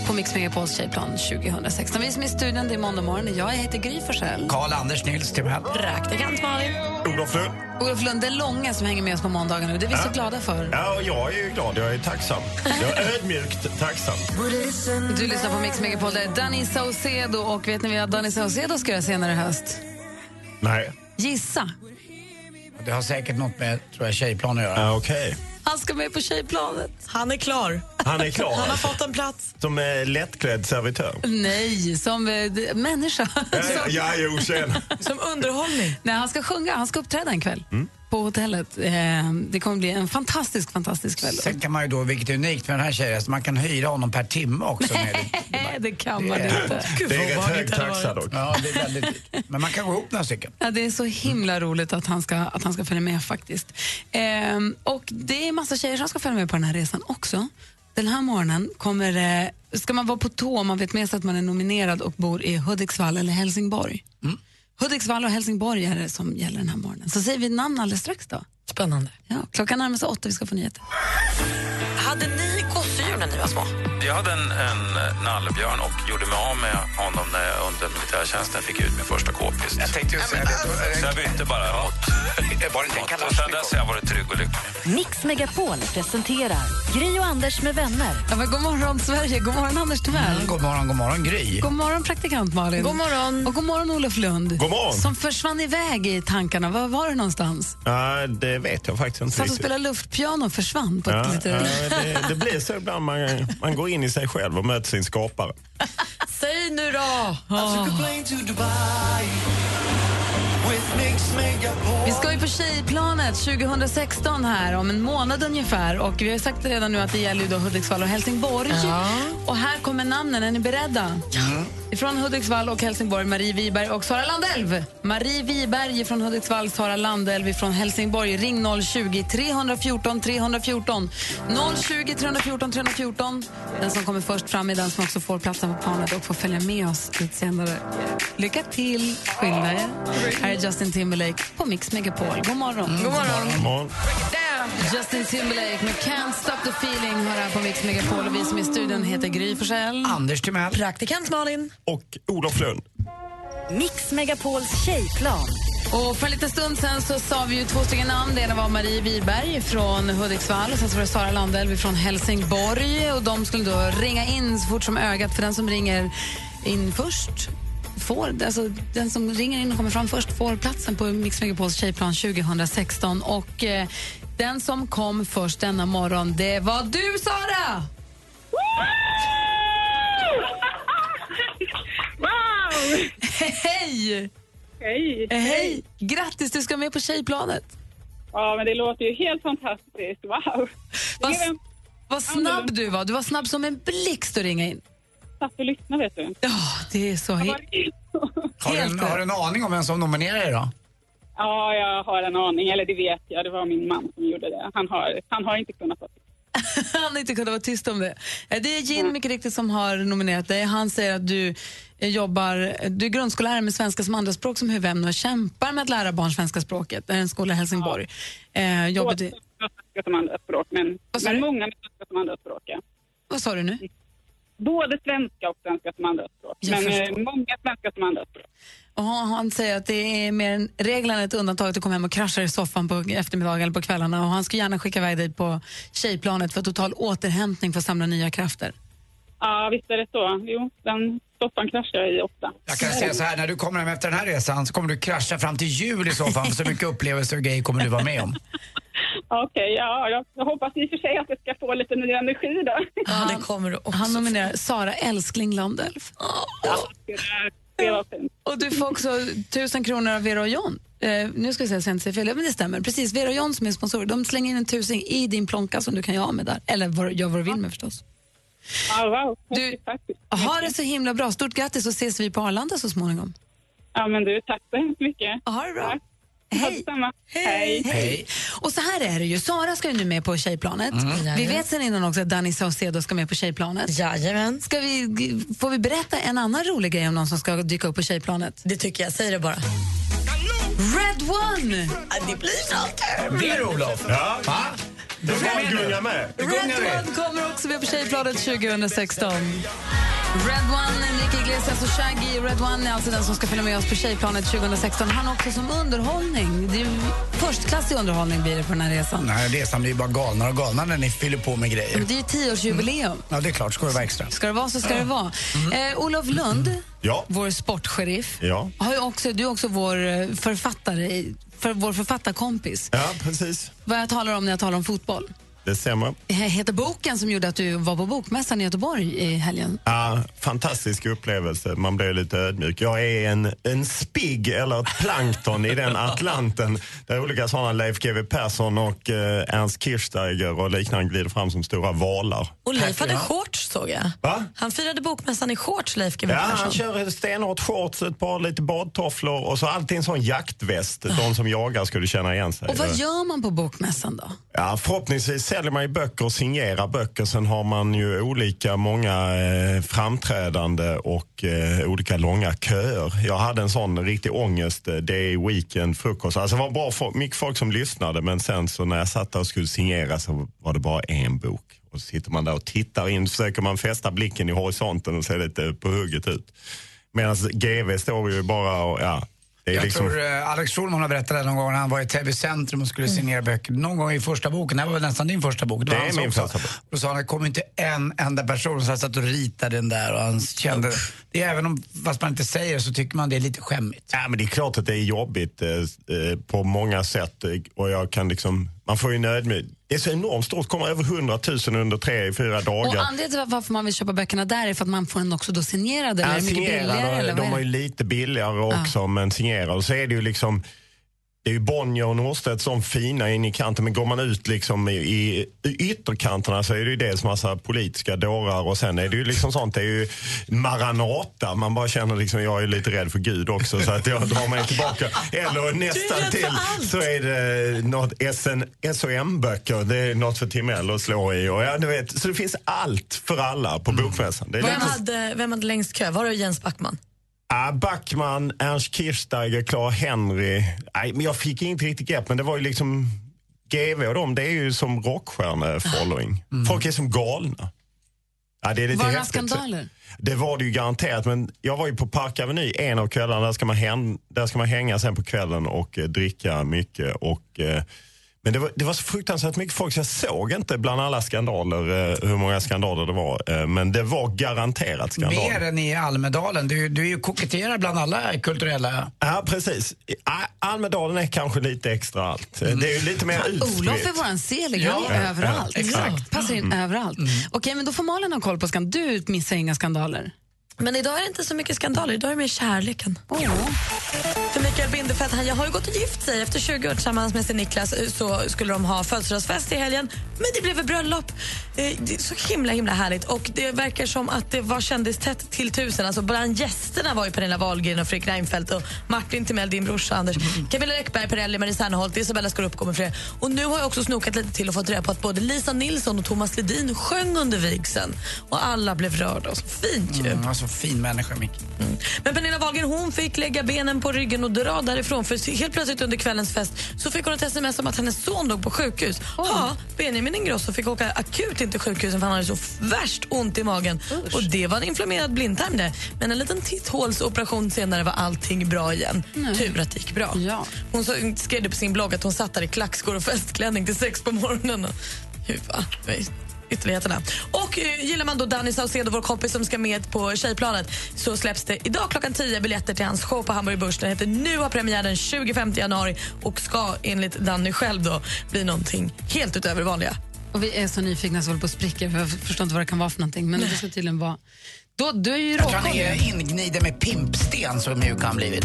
Speaker 3: på Mix Megapols tjejplan 2016. Vi som är i studion, det är måndag morgon och jag heter Gry Forssell.
Speaker 4: Karl-Anders Nils Timell.
Speaker 3: Praktikant Malin.
Speaker 18: Olof Lund.
Speaker 3: Olof Lund, det är långa som hänger med oss på måndagarna och det är vi så glada för.
Speaker 18: Ja, och jag är ju glad. Jag är tacksam. Jag är ödmjukt tacksam.
Speaker 3: Du lyssnar på Mix Megapol, det är Danny Saucedo och vet ni vad Danny Saucedo ska göra senare i höst?
Speaker 18: Nej.
Speaker 3: Gissa!
Speaker 4: Det har säkert något med, tror jag, tjejplan att göra.
Speaker 18: Ja, okej.
Speaker 3: Han ska med på tjejplanet.
Speaker 5: Han är klar.
Speaker 18: Han är klar.
Speaker 5: Han har fått en plats.
Speaker 18: Som eh, lättklädd servitör.
Speaker 3: Nej, som eh, d- människa.
Speaker 18: Ja, ja, jo, tjena.
Speaker 5: Som underhållning.
Speaker 3: Nej, han ska sjunga, han ska uppträda en kväll. på hotellet. Eh, det kommer bli en fantastisk, fantastisk kväll.
Speaker 4: Sen kan man ju då, vilket är unikt med den här tjejen, att man kan hyra honom per timme också. Med
Speaker 3: *laughs* Nej, det kan man inte.
Speaker 4: Ja, det är väldigt dyrt. Men man kan gå ihop några stycken.
Speaker 3: Ja, det är så himla roligt att han ska, att han ska följa med faktiskt. Ehm, och det är massa tjejer som ska följa med på den här resan också. Den här morgonen kommer, eh, ska man vara på tå om man vet med sig att man är nominerad och bor i Hudiksvall eller Helsingborg. Hudiksvall och Helsingborg är det som gäller den här morgonen. Så säger vi namn alldeles strax då.
Speaker 5: Spännande.
Speaker 3: Ja, klockan närmar sig åtta, vi ska få nyheter.
Speaker 5: Hade ni gosedjur när ni var små?
Speaker 9: Jag hade en, en eh, nallebjörn och gjorde mig av med honom när jag under militärtjänsten fick ut min första k-pist. Jag tänkte ju säga det. Så jag bytte bara mot. *laughs* mot. alltså. Och sen dess har jag varit trygg och lycklig.
Speaker 1: Mix Megapol presenterar Gri och Anders med vänner.
Speaker 3: Ja, men god morgon, Sverige. God morgon, Anders Timell.
Speaker 4: God morgon, god morgon Gry.
Speaker 3: Mm. God morgon, praktikant Malin.
Speaker 4: God
Speaker 3: morgon. Och god morgon, Olof Lund.
Speaker 18: God morgon.
Speaker 3: Som försvann iväg i tankarna. Var var du någonstans?
Speaker 18: Nej, det vet jag faktiskt inte
Speaker 3: Satt och
Speaker 18: riktigt.
Speaker 3: spelade luftpiano och försvann på
Speaker 18: Ja,
Speaker 3: ett
Speaker 18: ja,
Speaker 3: litet...
Speaker 18: det, det blir så ibland. Man, man går in i sig själv och möter sin skapare.
Speaker 5: *laughs* Säg nu då!
Speaker 3: Alltså, Vi ska ju på Tjejplanet 2016 här om en månad ungefär. Och vi har ju sagt redan nu att det gäller ju då Hudiksvall och Helsingborg. Och här kommer namnen, är ni beredda? Ifrån Hudiksvall och Helsingborg, Marie Wiberg och Sara Landelv. Marie Wiberg från Hudiksvall, Sara Landelv från Helsingborg. Ring 020-314 314. 020 314 314. Den som kommer först fram är den som också får platsen på planet och får följa med oss lite senare. Lycka till! Skynda er. Här är Justin Timberlake på Mix Megapol. God morgon!
Speaker 4: Mm,
Speaker 5: God morgon.
Speaker 18: God morgon.
Speaker 3: Justin Timberlake med Can't Stop the Feeling hör här på Mix Megapol. Och vi som är i studion heter Gry Forssell.
Speaker 4: Anders Timell.
Speaker 5: Praktikant Malin.
Speaker 18: Och Olof Lund.
Speaker 1: Mix Megapols tjejplan.
Speaker 3: Och för en liten stund sen så sa vi ju två stycken namn. Det ena var Marie Wiberg från Hudiksvall och sen så var det Sara Landelv från Helsingborg. Och de skulle då ringa in så fort som ögat för den som ringer in först får, alltså den som ringer in och kommer fram först får platsen på Mix Megapols tjejplan 2016. Och eh, den som kom först denna morgon, det var du Sara!
Speaker 16: Wow!
Speaker 3: *laughs* Hej!
Speaker 16: Eh, Hej!
Speaker 3: Eh, Hej! Grattis, du ska med på tjejplanet.
Speaker 16: Ja, men det låter ju helt fantastiskt. Wow!
Speaker 3: Vad, vad snabb du var. Du var snabb som en blixt att ringa in.
Speaker 16: Satt och lyssnade, vet du.
Speaker 3: Ja, *laughs* det är så he-
Speaker 4: Har du, en, har du en aning om vem som nominerar dig då?
Speaker 16: Ja, jag har en aning. Eller det vet jag. Det var min man som gjorde det. Han har, han har inte kunnat få
Speaker 3: Han har inte kunnat vara tyst om det. Eh, Det är Jim mycket riktigt som har nominerat dig. Han säger att du eh, jobbar, du är grundskollärare med svenska som andraspråk som huvudämne och kämpar med att lära barn svenska språket. Det är en skola i Helsingborg. Eh, jobbet i,
Speaker 16: svenska som andraspråk, men, men många med svenska som andraspråk. ja. Mm.
Speaker 3: vad sa du nu?
Speaker 16: Både svenska och svenska som andraspråk.
Speaker 3: Jag
Speaker 16: Men eh,
Speaker 3: förstår.
Speaker 16: många svenska som andraspråk.
Speaker 3: Och han han säger att det är mer en regel än ett undantag att du kommer hem och kraschar i soffan på eftermiddagen eller på kvällarna. Och han skulle gärna skicka iväg dig på tjejplanet för total återhämtning för att samla nya krafter.
Speaker 16: Ja, visst är det så. Jo, den soffan kraschar jag i ofta.
Speaker 4: Jag kan säga så här, när du kommer hem efter den här resan så kommer du krascha fram till jul i så fall för så mycket upplevelser och grejer kommer du vara med om.
Speaker 16: *laughs* Okej, ja, jag, jag hoppas i och för sig att jag ska få lite ny energi då.
Speaker 3: Han,
Speaker 5: det kommer du också
Speaker 3: han nominerar Sara Älskling Landelf.
Speaker 16: Det var fint.
Speaker 3: Och du får också tusen kronor av Vera och John. Eh, nu ska jag säga så jag inte säger fel, Ja, men det stämmer. Precis, Vera och John som är sponsorer, de slänger in en tusing i din plånka som du kan göra av med där. Eller vad, gör vad du vill med förstås.
Speaker 16: Ja, wow.
Speaker 3: Du, ha det så himla bra. Stort grattis så ses vi på Arlanda så småningom.
Speaker 16: *laughs* Ja, men du, tack så hemskt mycket.
Speaker 3: Ha det bra.
Speaker 16: Hej. Hej.
Speaker 3: Hej. Och så här är det ju. Sara ska ju nu med på tjejplanet.
Speaker 5: Mm.
Speaker 3: Vi
Speaker 5: Jajamän.
Speaker 3: vet sen innan också att Danny Saucedo ska med på tjejplanet.
Speaker 5: Jajamän.
Speaker 3: Ska vi, får vi berätta en annan rolig grej om någon som ska dyka upp på tjejplanet?
Speaker 5: Det tycker jag. Säg det bara.
Speaker 3: Red One!
Speaker 5: Det blir sånt.
Speaker 4: Blir det Olof?
Speaker 18: Ja.
Speaker 4: Va?
Speaker 18: Då får man gunga med.
Speaker 3: Red One kommer också med på Tjejbladet 2016. Red One, Enrique Iglesias och Shaggy. Red One är alltså den som ska följa med oss på Tjejplanet 2016. Han också som underhållning. Det är ju förstklassig underhållning blir det på den här resan.
Speaker 4: Den här resan blir ju bara galnare och galnare när ni fyller på med grejer.
Speaker 3: Men Det är ju tioårsjubileum.
Speaker 4: Ja, det är klart, ska det vara extra.
Speaker 3: Ska det vara så ska det vara. Eh, Olof Lund,
Speaker 18: Ja.
Speaker 3: vår sportsheriff,
Speaker 18: Ja.
Speaker 3: har ju också, du är också vår eh, författare, i- för, vår författarkompis.
Speaker 18: Ja, precis.
Speaker 3: Vad jag talar om när jag talar om fotboll.
Speaker 18: Det stämmer.
Speaker 3: heter boken som gjorde att du var på bokmässan i Göteborg i helgen.
Speaker 18: Ja, fantastisk upplevelse. Man blir lite ödmjuk. Jag är en, en spigg, eller ett plankton, i den Atlanten där olika sådana Leif GW Persson och eh, Ernst Kirchsteiger och liknande glider fram som stora valar.
Speaker 5: Och Leif hade shorts såg jag.
Speaker 18: Va?
Speaker 5: Han firade bokmässan i shorts, Leif GW
Speaker 18: Ja, han
Speaker 5: Persson.
Speaker 18: kör ett stenhårt shorts, ett par lite badtofflor och så alltid en sån jaktväst. De som jagar skulle känna igen sig.
Speaker 3: Och vad gör man på bokmässan då?
Speaker 18: Ja, förhoppningsvis säljer man ju böcker och signerar böcker. Sen har man ju olika många eh, framträdande och eh, olika långa köer. Jag hade en sån riktig ångest. eh, Det är weekend, frukost. Alltså det var bra folk, mycket folk som lyssnade men sen så när jag satt där och skulle signera så var det bara en bok. Och så sitter man där och tittar in, försöker man fästa blicken i horisonten och se lite på hugget ut. Medan GV står ju bara och ja. Det är
Speaker 4: Jag
Speaker 18: liksom...
Speaker 4: tror eh, Alex Schulman har berättat det någon gång när han var i Täby centrum och skulle signera böcker. Någon gång i första boken, det här var väl nästan din första bok?
Speaker 18: Det
Speaker 4: var
Speaker 18: är
Speaker 4: hans
Speaker 18: min
Speaker 4: också.
Speaker 18: första bok.
Speaker 4: Då sa han, det kom inte en enda person som satt och ritade den där och han kände, det är även om, fast man inte säger så tycker man det är lite skämmigt.
Speaker 18: Ja, men det är klart att det är jobbigt eh, eh, på många sätt. eh, Och jag kan liksom, man får ju nödmjuk. Det är så enormt stort, kommer över 100 000 under tre, fyra
Speaker 3: Och
Speaker 18: dagar.
Speaker 3: anledningen till varför man vill köpa böckerna där är för att man får den också då signerad eller är det mycket
Speaker 18: signerade,
Speaker 3: billigare eller vad
Speaker 18: de
Speaker 3: är
Speaker 18: var
Speaker 3: det?
Speaker 18: ju lite billigare också, men signerade. Och så är det ju liksom, det är ju Bonnier och Norstedt som fina in i kanten, men går man ut liksom i, i ytterkanterna så är det ju dels massa politiska dårar och sen är det ju liksom sånt, det är ju Maranata. Man bara känner liksom, jag är lite rädd för Gud också så att jag drar mig tillbaka. Eller nästan till så är det något SN, SOM-böcker, det är något för Timell att slå i. Och ja, du vet, så det finns allt för alla på
Speaker 3: Mm.
Speaker 18: bokmässan. Det är
Speaker 5: Vem
Speaker 18: lite-
Speaker 5: hade, vem hade längst kö? Var det Jens Backman?
Speaker 18: Ah, Backman, Ernst Kirchsteiger, Clara Henry. Nej, men jag fick inte riktigt grepp, men det var ju liksom... GV och dem, det är ju som
Speaker 3: Ah.
Speaker 18: rockstjärne-following. Folk är som galna. Ja, det är lite
Speaker 3: Mm. Var det några
Speaker 18: häftigt.
Speaker 3: skandaler?
Speaker 18: Det var det ju garanterat, men jag var ju på Park Aveny en av kvällarna. Där ska man, hän, där ska man hänga sen på kvällen och eh, dricka mycket. Och, eh, men det var, det var så fruktansvärt mycket folk så jag såg inte bland alla skandaler eh, hur många skandaler det var. Eh, men det var garanterat skandaler.
Speaker 4: Mer än i Almedalen, du, du är ju koketterad bland alla kulturella...
Speaker 18: Ja, precis. I- Al- Almedalen är kanske lite extra allt.
Speaker 4: Mm.
Speaker 18: Det är ju lite mer utspritt.
Speaker 3: Olof är våran selig, han
Speaker 18: Ja,
Speaker 3: är överallt.
Speaker 18: ja, exakt.
Speaker 3: Ja, Passar in
Speaker 18: Mm.
Speaker 3: överallt. Okej, men då får Malin ha koll på skan. Du missar inga skandaler.
Speaker 5: Men idag är det inte så mycket skandaler, idag är det mer kärleken. För Mikael Bindefeld, han jag har ju gått och gift sig. Efter 20 år tillsammans med sin Niklas eh, så skulle de ha födelsedagsfest i helgen, men det blev ett bröllop. Eh, Det är så himla himla härligt och det verkar som att det var kändistätt till tusen. Alltså bland gästerna var ju Pernilla Wahlgren och Fredrik Reinfeldt och Martin Timell, din brorsa Anders, Camilla Läckberg, Perrelli, Marie Serneholt, Isabella Scorupco med flera. Och nu har jag också snokat lite till och fått reda på att både Lisa Nilsson och Thomas Ledin sjöng under vigseln och alla blev rörda. Så fint ju.
Speaker 4: Mm, alltså fin människa, Micke.
Speaker 5: Men Pernilla Wahlgren hon fick lägga benen på ryggen och dra därifrån för helt plötsligt under kvällens fest så fick hon ett sms om att hennes son låg på sjukhus. Ja, Benjamin Ingrosso fick åka akut in till sjukhuset för han hade så värst ont i magen. Och det var en inflammerad blindtarm det. Men en liten titthålsoperation senare var allting bra igen. Tur att det gick bra. Hon så, skrev det på sin blogg att hon satt där i klackskor och festklänning till sex på morgonen. Hur va? ytterligheterna. Och eh, gillar man då Danny Saucedo, vår kompis som ska med på tjejplanet så släpps det idag klockan 10 biljetter till hans show på Hamburg Börs. Den heter Nu har premiär den 25 januari och ska enligt Danny själv då bli någonting helt utöver det vanliga.
Speaker 3: Och vi är så nyfikna så vi håller på att spricka för jag förstår inte vad det kan vara för någonting. Men det ska tydligen vara... Då, du är ju
Speaker 4: Jag tror han är
Speaker 3: råkoll.
Speaker 4: ingniden med
Speaker 3: *laughs*
Speaker 4: pimpsten så mjuk han blivit.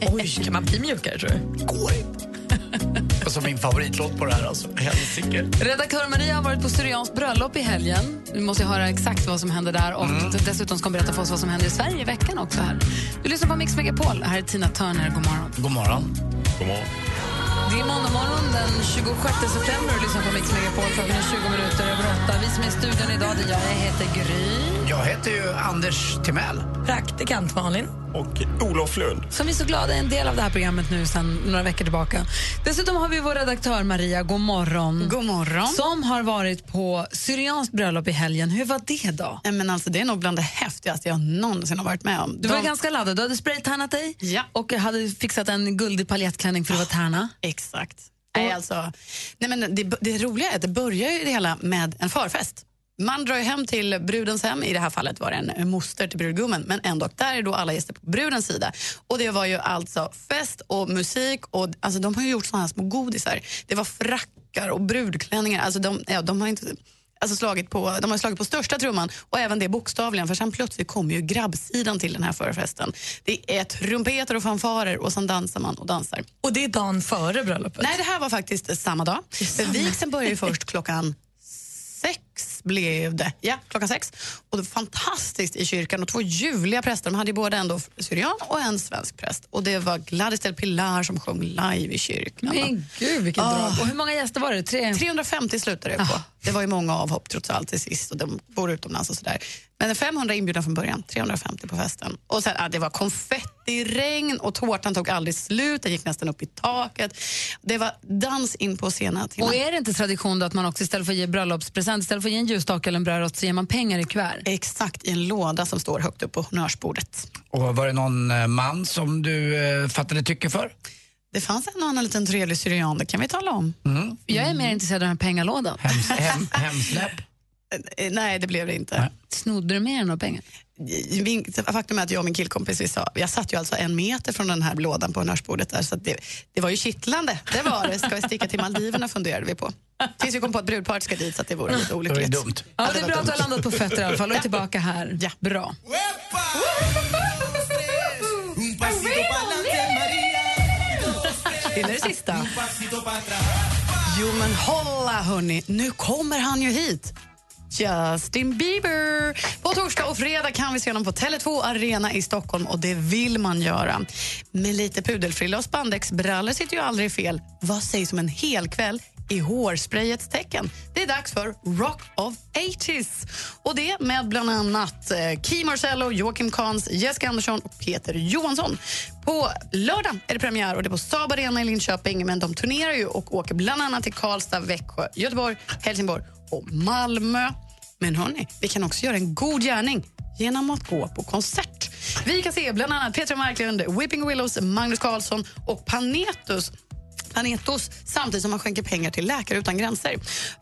Speaker 5: Oj, kan man bli mjukare tror du?
Speaker 4: Går inte. Och så min favoritlåt på det här alltså. Helsike.
Speaker 3: Redaktör Maria har varit på Syrians bröllop i helgen. Vi måste ju höra exakt vad som hände där och dessutom ska hon berätta för oss vad som händer i Sverige i veckan också här. Du lyssnar på Mix Megapol. Här är Tina Turner. God morgon.
Speaker 4: God morgon.
Speaker 18: God morgon.
Speaker 3: Det är måndag morgon den 26 september och lyssnar på Mix Megapol. Klockan är 20 minuter över åtta. Vi som är i studion idag, det är jag. Jag heter Gry.
Speaker 4: Jag heter ju Anders Timell.
Speaker 5: Praktikant Malin.
Speaker 18: Och Olof Lund.
Speaker 3: Som vi är så glada är en del av det här programmet nu sedan några veckor tillbaka. Dessutom har vi vår redaktör Maria, god morgon. God morgon. Som har varit på Syrianskt bröllop i helgen. Hur var det då?
Speaker 6: Nej, Men alltså, det är nog bland det häftigaste jag någonsin har varit med om.
Speaker 3: Du var
Speaker 6: De-
Speaker 3: ganska laddad. Du hade spraytannat dig
Speaker 6: Ja.
Speaker 3: och hade fixat en guldig paljettklänning för att vara tärna.
Speaker 6: Exakt. Nej, alltså, nej, men det, det roliga är att det börjar ju det hela med en förfest. Man drar ju hem till brudens hem, i det här fallet var det en moster till brudgummen, men ändå, där är då alla gäster på brudens sida. Och det var ju alltså fest och musik och alltså, de har ju gjort såna här små godisar. Det var frackar rockar och brudklänningar, alltså de, ja, de har inte... Alltså slagit på, de har slagit på största trumman och även det bokstavligen för sen plötsligt kommer ju grabbsidan till den här förfesten. Det är trumpeter och fanfarer och sen dansar man och dansar.
Speaker 5: Och det är dagen före bröllopet?
Speaker 6: Nej, det här var faktiskt samma dag. För vigseln börjar ju först klockan sex blev det. Ja, klockan sex. Och det var fantastiskt i kyrkan. Och två ljuvliga präster. De hade ju både en då syrian och en svensk präst. Och det var Gladys del Pilar som sjöng live i kyrkan.
Speaker 3: Men gud vilket drag. Och hur många gäster var det? Tre?
Speaker 6: 350 Ah. slutade det på. Det var ju många avhopp trots allt till sist och de bor utomlands och sådär. Men 500 inbjudna från början, 350 på festen. Och sen, ah, det var konfetti, regn och tårtan tog aldrig slut. Den gick nästan upp i taket. Det var dans in på sena timmar.
Speaker 3: Och är det inte tradition då att man också istället för att ge bröllopspresent, istället för att ge en ljusstake eller en brödrost så ger man pengar i kuvert?
Speaker 6: Exakt, i en låda som står högt upp på honnörsbordet.
Speaker 4: Och var det någon eh, man som du eh, fattade tycke för?
Speaker 6: Det fanns en och annan liten trevlig syrian, det kan vi tala om.
Speaker 4: Mm.
Speaker 3: Jag är mer intresserad av den här pengalådan.
Speaker 4: Hems, hem, hemsläpp?
Speaker 6: *laughs* Eh, Nej, det blev det inte.
Speaker 3: Snodde du med dig några pengar?
Speaker 6: Min, faktum är att jag och min killkompis, vi sa, jag satt ju alltså en meter från den här lådan på honnörsbordet där, så att det, det var ju kittlande. Det var det. Ska vi sticka till Maldiverna funderade vi på. Tills vi kom på att brudparet ska dit så att det vore lite olyckligt.
Speaker 4: Det var ju dumt.
Speaker 3: Ja, det är bra att du har landat på fötter i alla fall och är tillbaka här. Ja. Bra.
Speaker 6: Hinner det sista? *laughs* Jo men hålla hörni, nu kommer han ju hit. Justin Bieber! På torsdag och fredag kan vi se honom på Tele2 Arena i Stockholm och det vill man göra. Med lite pudelfrilla och spandexbrallor sitter ju aldrig fel. Vad sägs om en hel kväll i hårsprayets tecken? Det är dags för Rock of 80s. Och det med bland annat eh, Key Marcello, Joakim Kahns, Jessica Andersson och Peter Johansson. På lördag är det premiär och det är på Saab Arena i Linköping. Men de turnerar ju och åker bland annat till Karlstad, Växjö, Göteborg, Helsingborg och Malmö. Men hörni, vi kan också göra en god gärning genom att gå på konsert. Vi kan se bland annat Petra Marklund, Whipping Willows, Magnus Carlsson och Panetus Panetos samtidigt som man skänker pengar till Läkare utan gränser.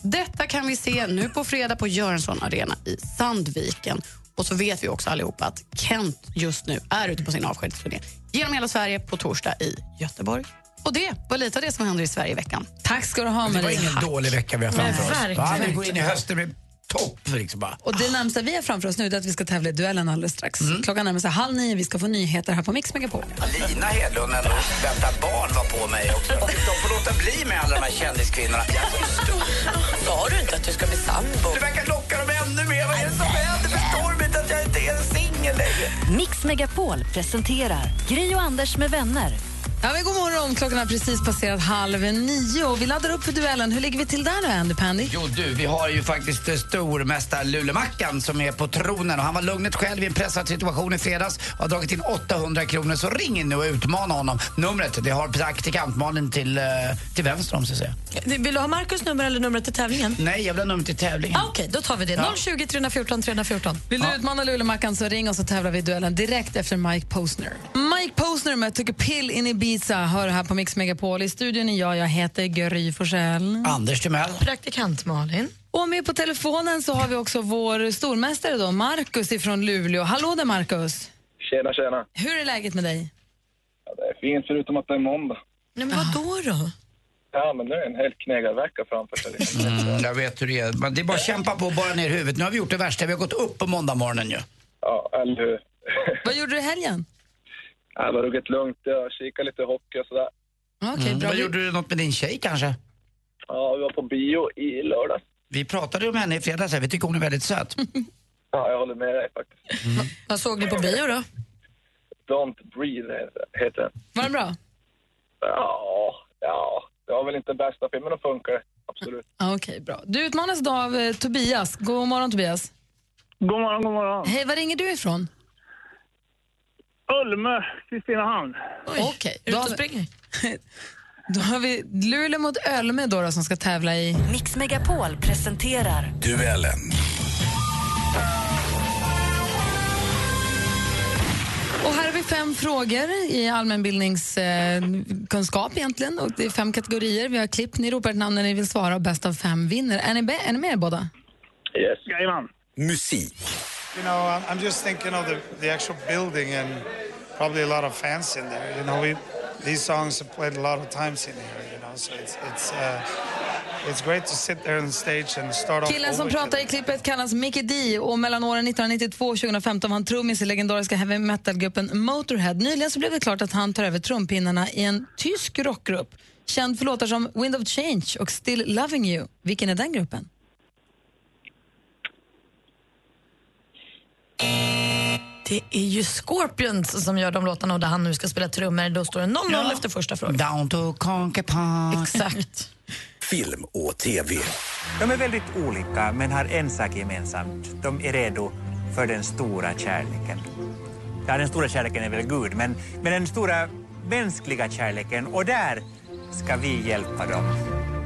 Speaker 6: Detta kan vi se nu på fredag på Göransson Arena i Sandviken. Och så vet vi också allihopa att Kent just nu är ute på sin avskedsturné genom hela Sverige på torsdag i Göteborg. Och det var lite av det som händer i Sverige i veckan.
Speaker 3: Tack ska du ha,
Speaker 4: Det var
Speaker 3: Maria.
Speaker 4: ingen dålig vecka vi har framför
Speaker 3: Nej,
Speaker 4: oss.
Speaker 3: verkligen.
Speaker 4: Va? Vi går in i hösten med topp. Liksom bara.
Speaker 3: Och det närmsta vi har framför oss nu är att vi ska tävla i duellen alldeles strax.
Speaker 6: Mm.
Speaker 3: Klockan närmar sig halv nio, vi ska få nyheter här på Mix Megapol.
Speaker 2: Lina Hedlund, när hon väntar barn, var på mig också. De får låta bli med alla de här kändiskvinnorna.
Speaker 5: Sa du inte att du ska bli sambo?
Speaker 2: Du verkar locka dem ännu mer. Vad är det som händer? Förstår de inte att jag inte är singel längre?
Speaker 1: Mix Megapol presenterar Gri och Anders med vänner.
Speaker 3: Ja, men god morgon, klockan har precis passerat halv nio och vi laddar upp för duellen. Hur ligger vi till där nu, Andy Pandy?
Speaker 4: Jo du, vi har ju faktiskt eh, stormästare Lulemackan som är på tronen och han var lugnet själv i en pressad situation i fredags och har dragit in 800 kronor så ring in nu och utmana honom. Numret, det har praktikant Malin till, eh, till vänster om så att säga.
Speaker 5: Eh, Vill du ha Markus nummer eller numret till tävlingen?
Speaker 4: Nej, jag vill ha numret till tävlingen.
Speaker 5: Ah, Okej, då tar vi det.
Speaker 4: Ja.
Speaker 5: 020 314 314.
Speaker 3: Vill du utmana Lulemackan så ring oss och tävlar vi i duellen direkt efter Mike Posner. Mike Posner med Took a pill in Ibiza hör här på Mix Megapol. I studion är jag, jag heter Gry Forssell.
Speaker 4: Anders Timell.
Speaker 5: Praktikant Malin.
Speaker 3: Och med på telefonen så har vi också vår stormästare då, Markus ifrån Luleå. Hallå där Markus!
Speaker 7: Tjena, tjena.
Speaker 3: Hur är läget med dig?
Speaker 7: Ja, det är fint förutom att det är måndag.
Speaker 5: Nej, men vadå då?
Speaker 7: Ja, men nu är en helt knegarvecka framför sig. liksom.
Speaker 4: Mm, jag vet hur det är. Men det är bara att kämpa på, bara ner huvudet. Nu har vi gjort det värsta, vi har gått upp på måndag morgonen ju.
Speaker 7: Ja, eller hur?
Speaker 3: *laughs* Vad gjorde du i helgen?
Speaker 7: Ja, det var ruggigt lugnt. Jag kikade lite hockey och sådär.
Speaker 4: Mm. Vad gjorde du något med din tjej kanske?
Speaker 7: Ja, vi var på bio i lördag.
Speaker 4: Vi pratade ju om henne i fredags, här. vi tycker hon är väldigt söt.
Speaker 7: Ja, jag håller med dig faktiskt.
Speaker 5: Vad såg ni på bio då?
Speaker 7: Don't breathe heter- heter den.
Speaker 3: Var den bra?
Speaker 7: Ja, ja. Det var väl inte den bästa filmen, men den funkar. Absolut.
Speaker 3: Ja, Okej, bra. Du utmanas då av eh, Tobias. God morgon Tobias.
Speaker 22: God morgon, god morgon.
Speaker 3: Hej, var ringer du ifrån?
Speaker 22: Ölme, Kristinehamn.
Speaker 3: Okej.
Speaker 22: är du
Speaker 3: Då
Speaker 22: ute och
Speaker 3: har vi- *laughs* Då har vi Luleå mot Ölme då, då som ska tävla i...
Speaker 1: Mix Megapol presenterar
Speaker 9: Duellen.
Speaker 3: Och här har vi fem frågor i allmänbildningskunskap eh, egentligen. Och det är fem kategorier. Vi har klipp, ni ropar ett namn när ni vill svara och bäst av fem vinner. Är ni, be- är ni med båda?
Speaker 7: Yes.
Speaker 22: Jajamän.
Speaker 9: Musik.
Speaker 23: You know, I'm I'm just thinking of the, the actual building and probably a lot of fans in there. You know, we these songs have played a lot of times in here. You know, so it's it's uh, it's great to sit there on stage and start off.
Speaker 3: Killen som
Speaker 23: over
Speaker 3: pratar i klippet kallas Mickey D och mellan åren 1992 och 2015 var han trummis i legendariska heavy metal-gruppen Motorhead. Nyligen så blev det klart att han tar över trumpinnarna i en tysk rockgrupp känd för låtar som Wind of Change och Still Loving You. Vilken är den gruppen?
Speaker 5: Det är ju Scorpions som gör de låtarna och där han nu ska spela trummor. Då står det 0-0
Speaker 4: Ja.
Speaker 5: efter första frågan.
Speaker 4: Down to Conker Park.
Speaker 5: Exakt.
Speaker 8: Film och TV. De är väldigt olika, men har en sak gemensamt. De är redo för den stora kärleken. Ja, den stora kärleken är väl Gud, men, men den stora mänskliga kärleken, och där ska vi hjälpa dem.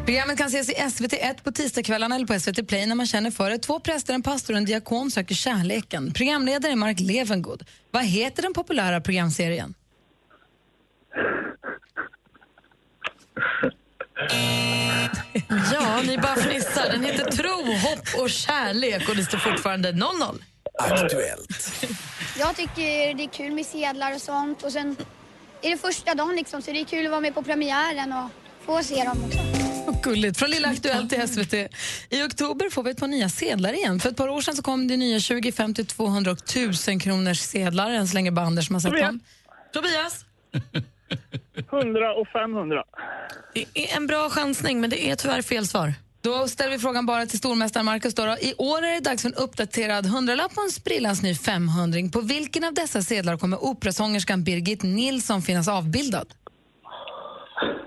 Speaker 3: Programmet kan ses i SVT1 på tisdagskvällarna eller på SVT Play när man känner för det. Två präster, en pastor och en diakon söker kärleken. Programledare är Mark Levengood. Vad heter den populära programserien?
Speaker 5: Ja, ni bara fnissar. Den heter Tro, hopp och kärlek och det står fortfarande 0-0.
Speaker 8: Aktuellt.
Speaker 11: Jag tycker det är kul med sedlar och sånt och sen är det första dagen liksom så det är kul att vara med på premiären och få se dem också.
Speaker 3: Vad gulligt. Från Lilla Aktuellt till SVT. I oktober får vi ett par nya sedlar igen. För ett par år sedan så kom det nya 20, 50, 200 och 1000 kronors sedlar. Än så länge bara Anders som har sett
Speaker 5: Tobias.
Speaker 3: dem. Tobias?
Speaker 5: 100 och 500. Det är en bra chansning, men det är tyvärr fel svar.
Speaker 3: Då ställer vi frågan bara till stormästaren Marcus. Då då. I år är det dags för en uppdaterad 100-lapp och en sprillans ny 500 På vilken av dessa sedlar kommer operasångerskan Birgit Nilsson finnas avbildad?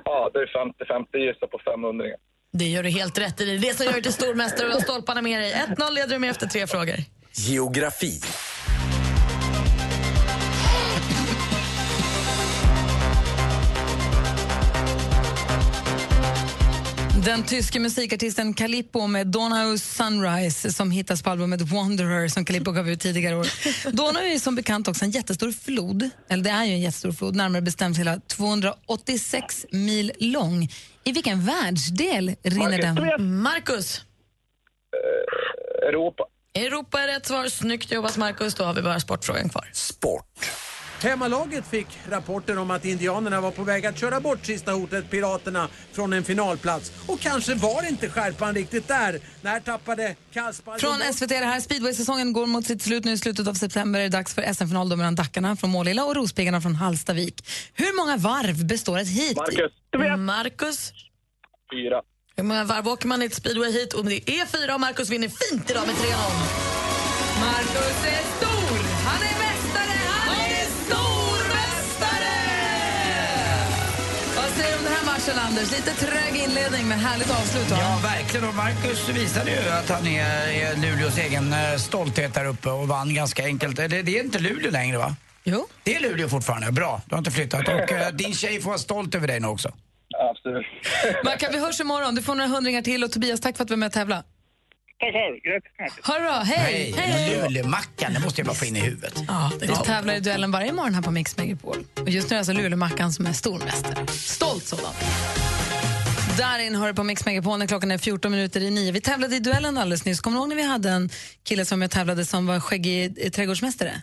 Speaker 7: Ja, det är 50-50 gissa på 500
Speaker 5: Det gör du helt rätt i. Det är det som gör dig till stormästare och jag har stolparna med dig. 1-0 leder du med efter tre frågor.
Speaker 8: Geografi.
Speaker 3: Den tyske musikartisten Calippo med Donau Sunrise som hittas på albumet Wanderer som Calippo gav ut tidigare år. Donau är som bekant också en jättestor flod, eller det är ju en jättestor flod, närmare bestämt hela 286 mil lång. I vilken världsdel rinner den?
Speaker 5: Marcus.
Speaker 7: Europa.
Speaker 5: Europa är rätt svar. Snyggt jobbat, Marcus. Då har vi bara sportfrågan kvar.
Speaker 8: Sport.
Speaker 12: Hemmalaget fick rapporter om att indianerna var på väg att köra bort sista hotet, piraterna, från en finalplats. Och kanske var inte skärpan riktigt där. När tappade Karlsberg...
Speaker 3: Från SVT, det här speedway-säsongen går mot sitt slut nu i slutet av september. Är det dags för SM-final då mellan Dackarna från Målilla och Rospiggarna från Hallstavik. Hur många varv består ett hit?
Speaker 7: Marcus.
Speaker 5: Marcus.
Speaker 7: Fyra.
Speaker 5: Hur många varv åker man i ett speedway hit? Och det är fyra och Marcus vinner fint idag med 3-0.
Speaker 3: Marcus är stor! Han är mästare! Han är stormästare! Vad säger du om den här matchen, Anders? Lite trög inledning, men härligt avslut. Va?
Speaker 4: Ja, verkligen. Och Marcus visade ju att han är, är Luleås egen eh, stolthet där uppe och vann ganska enkelt. Eh, Det, det är inte Luleå längre, va?
Speaker 3: Jo.
Speaker 4: Det är Luleå fortfarande. Bra, du har inte flyttat. Och eh, din tjej får vara stolt över dig nu också.
Speaker 7: Absolut.
Speaker 3: Mackan, vi hörs imorgon. Du får några hundringar till. Och Tobias, tack för att du var med och tävlade. Ha det bra. Hej!
Speaker 4: Hej! Lulemackan, det måste jag bara få in i huvudet.
Speaker 3: Ja, Vi tävlar i duellen varje morgon här på Mix Megapol. Och just nu är det alltså Luleåmackan som är stormästare. Stolt sådan. Darin hör på Mix Megapol när klockan är 14 minuter i nio. Vi tävlade i duellen alldeles nyss. Kommer du ihåg när vi hade en kille som jag tävlade som var skäggig eh, trädgårdsmästare?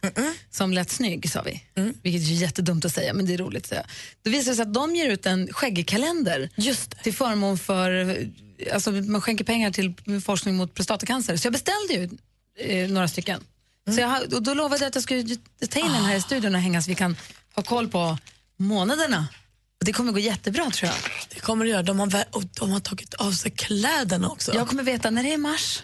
Speaker 3: Som lät snygg, sa vi. Vilket är ju jättedumt att säga, men det är roligt att säga. Det visade sig att de ger ut en skäggig kalender Just till förmån för... eh, Alltså, man skänker pengar till forskning mot prostatacancer. Så jag beställde ju eh, några stycken. Så jag, har- och då lovade jag att jag skulle ju ta in den här i studion och hänga så vi kan ha koll på månaderna. Och Det kommer gå jättebra tror jag.
Speaker 5: Det kommer du göra. De har, vä- och de har tagit av sig kläderna också.
Speaker 3: Jag kommer veta när det är mars.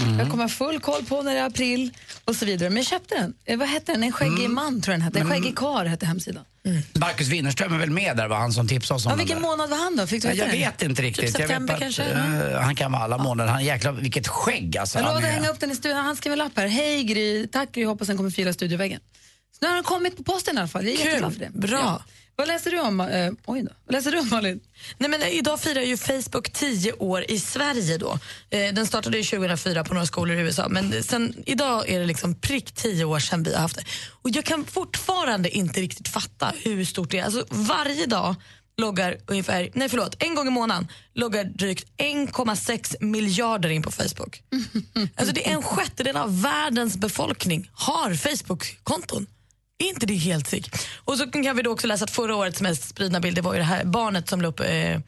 Speaker 4: Mm.
Speaker 3: Jag kommer ha full koll på när det är april och så vidare. Men jag köpte den. Eh, Vad hette den? En skäggig
Speaker 4: Mm.
Speaker 3: man tror jag den hette. En
Speaker 4: Men-
Speaker 3: skäggig karl hette hemsidan.
Speaker 4: Marcus Winnerström är väl med där, var han som tipsade oss om
Speaker 3: Ja,
Speaker 4: den
Speaker 3: vilken
Speaker 4: där.
Speaker 3: månad var han då? Fick du
Speaker 4: Ja,
Speaker 3: veta
Speaker 4: jag
Speaker 3: det?
Speaker 4: vet inte riktigt.
Speaker 3: Typ
Speaker 4: jag vet
Speaker 3: september
Speaker 4: bara att,
Speaker 3: kanske?
Speaker 4: eh, han kan vara alla månader. Han jäklar, vilket skägg alltså.
Speaker 3: Jag
Speaker 4: Han
Speaker 3: lovade
Speaker 4: är-
Speaker 3: hänga upp den i studion. Han skrev en lapp här. Hej Gry, tack Gry, hoppas den kommer fylla studioväggen. Så nu har den kommit på posten i alla fall. Jag är
Speaker 5: Kul,
Speaker 3: jätteglad för det.
Speaker 5: bra.
Speaker 3: Ja. Vad läser du om? Eh, oj då. Vad läser du om Malin?
Speaker 5: Nej, men idag firar ju Facebook 10 år i Sverige. då. Eh, den startade ju 2004 på några skolor i USA, men sen, idag är det liksom prick 10 år sedan vi har haft det. Och Jag kan fortfarande inte riktigt fatta hur stort det är. Alltså, varje dag loggar ungefär, nej förlåt, en gång i månaden loggar drygt 1,6 miljarder in på Facebook. Alltså det är en sjättedel av världens befolkning har Facebook-konton. Är inte det helt sick? Och så kan vi då också läsa att förra årets mest spridna bild det var ju det här barnet som la upp eh,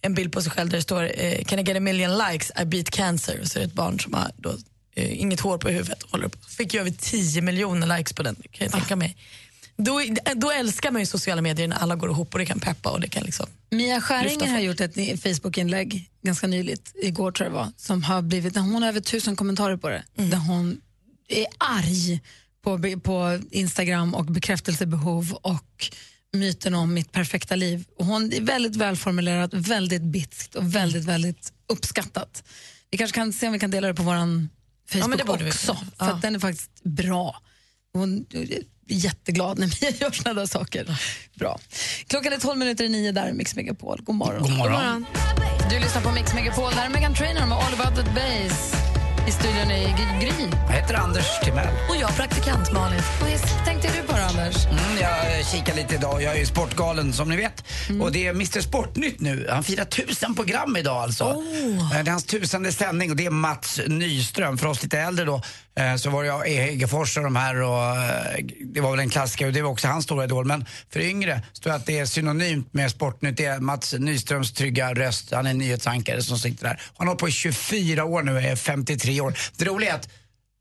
Speaker 5: en bild på sig själv där det står eh, “Can I get a million likes? I beat cancer”. Så är det ett barn som har då, eh, inget hår på huvudet. Håller upp. Fick ju över 10 miljoner likes på den, kan jag tänka mig. Då, då älskar man ju sociala medier när alla går ihop och det kan peppa och det kan liksom...
Speaker 3: Mia
Speaker 5: Lyfta
Speaker 3: Skäringer har
Speaker 5: folk.
Speaker 3: gjort ett ni- Facebook-inlägg ganska nyligt, igår tror jag det var, som har blivit, hon har över tusen kommentarer på det,
Speaker 5: Mm.
Speaker 3: där hon är arg på, be- på Instagram och bekräftelsebehov och myten om mitt perfekta liv. Och hon är väldigt välformulerat, väldigt bitskt och väldigt, väldigt uppskattat. Vi kanske kan se om vi kan dela det på vår Facebook
Speaker 5: Ja, men det borde vi
Speaker 3: också,
Speaker 5: kunna.
Speaker 3: för
Speaker 5: Ja.
Speaker 3: att den är faktiskt bra. Hon är jätteglad när Mia *laughs* gör såna där saker. Bra. Klockan är 12 minuter i nio, där är Mix Megapol. God morgon.
Speaker 1: God morgon.
Speaker 3: Du lyssnar på Mix Megapol. Där är Megan Trainor med All about the bass. I studion i G- Gry.
Speaker 4: Jag heter Anders Timell.
Speaker 3: Och jag praktikant Malin. Vad är- tänkte du på då, Anders?
Speaker 4: Mm, jag eh, kikar lite idag. Jag är ju sportgalen som ni vet. Och det är Mr Sportnytt nu. Han firar tusen program idag alltså. Eh, Det är hans tusende sändning och det är Mats Nyström. För oss lite äldre då eh, så var det jag, E. Hegerfors och de här och eh, det var väl en klassiker och det var också hans stora idol. Men för yngre står det att det är synonymt med Sportnytt. Det är Mats Nyströms trygga röst. Han är en nyhetsankare som sitter där. Han har hållit på i 24 år nu och är 53 år. Det roliga är att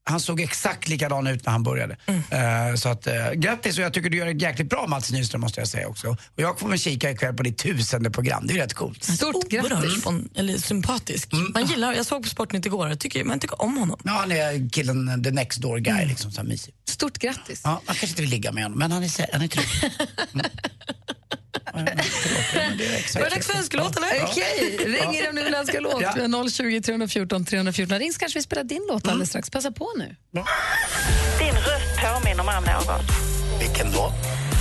Speaker 4: han såg exakt likadan ut när han började. Eh, så att, uh, grattis och jag tycker du gör ett jäkligt bra Mats Nyström måste jag säga också. Och jag kommer kika ikväll på ditt tusende program, det är ju rätt coolt.
Speaker 5: Stort grattis. Eller sympatisk. Man gillar, jag såg på Sportnytt igår, jag tycker, man tycker om honom.
Speaker 4: Mm. Ja, han är killen, eh, the next door guy liksom, så här mysig.
Speaker 3: Stort grattis.
Speaker 4: Ja, man kanske inte vill ligga med honom, men han är, sä- han är trygg.
Speaker 5: Var det dags för önskelåt eller?
Speaker 3: Okej, ring in om ni vill önska låt.
Speaker 5: Ja.
Speaker 3: Vi har 020 314 314. Ring så kanske vi spelar din låt alldeles strax. Passa på nu.
Speaker 20: Din röst påminner mig om någon.
Speaker 2: Vilken då?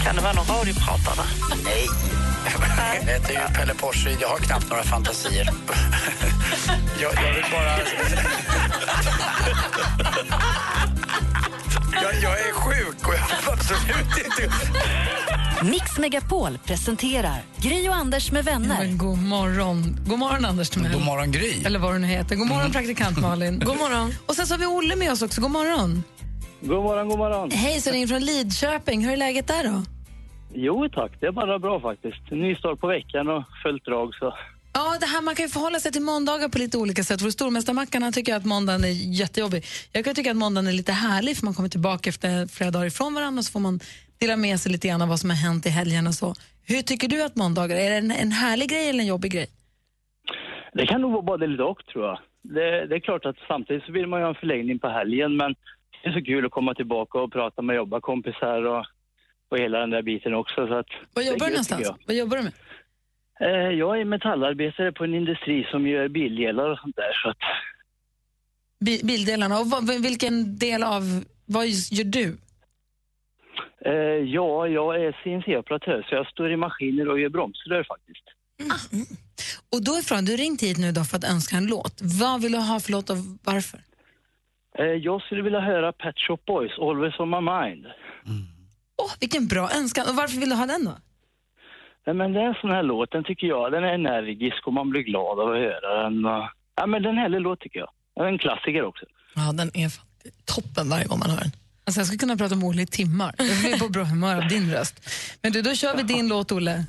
Speaker 20: Kan det vara någon radiopratare?
Speaker 2: Nej. Det är ju Pelle Porsche. Jag har knappt några fantasier. Jag, jag vill bara... Jag, jag är sjuk och jag har absolut inte...
Speaker 1: Mix Megapol presenterar Gry och Anders med vänner.
Speaker 3: Men god morgon. God morgon, Anders Timell.
Speaker 1: God
Speaker 4: morgon, Gry.
Speaker 3: Eller vad du nu heter. God morgon, praktikant Malin. god morgon. Och sen så har vi Olle med oss också. God morgon.
Speaker 13: God morgon, god morgon.
Speaker 3: Hej, så ringer från Lidköping. Hur är läget där då?
Speaker 13: Jo tack, det är bara bra faktiskt. Ny start på veckan och följt drag så.
Speaker 3: Ja, det här, man kan ju förhålla sig till måndagar på lite olika sätt. Vår stormästarmackan han tycker att måndagen är jättejobbig. Jag kan tycka att måndagen är lite härlig för man kommer tillbaka efter flera dagar ifrån varandra och så får man dela med sig lite grann av vad som har hänt i helgen och så. Hur tycker du att måndagar är? Är det en, en härlig grej eller en jobbig grej?
Speaker 13: Det kan nog vara både lite och tror jag. Det, det är klart att samtidigt så vill man ju ha en förlängning på helgen men det är så kul att komma tillbaka och prata med jobbarkompisar och, och hela den där biten också. Så att
Speaker 3: Var
Speaker 13: det är
Speaker 3: jobbar du
Speaker 13: gött, tycker
Speaker 3: någonstans? Vad jobbar du med?
Speaker 13: Jag. Eh, jag är metallarbetare på en industri som gör bildelar och sånt där. Så att,
Speaker 3: Bi- bildelarna. Och vad, vilken del av... Vad gör du?
Speaker 13: eh, ja, jag är CNC-operatör så jag står i maskiner och gör bromsrör faktiskt.
Speaker 3: Ah. Och då ifrån, du har ringt hit nu då för att önska en låt. Vad vill du ha för låt och varför?
Speaker 13: Eh, jag skulle vilja höra Pet Shop Boys, Always on my mind.
Speaker 3: Åh, vilken bra önskan. Och varför vill du ha den då?
Speaker 13: Nej, men det är en sån här låt, den tycker jag, den är energisk och man blir glad av att höra den. och- Ja, men den är en härlig låt tycker jag. Den är en klassiker också.
Speaker 5: Ja, den är fan- toppen varje gång man hör den.
Speaker 3: Alltså jag skulle kunna prata om Olle i timmar. Jag blir på bra humör av din röst. Men du, då kör vi din låt, Olle.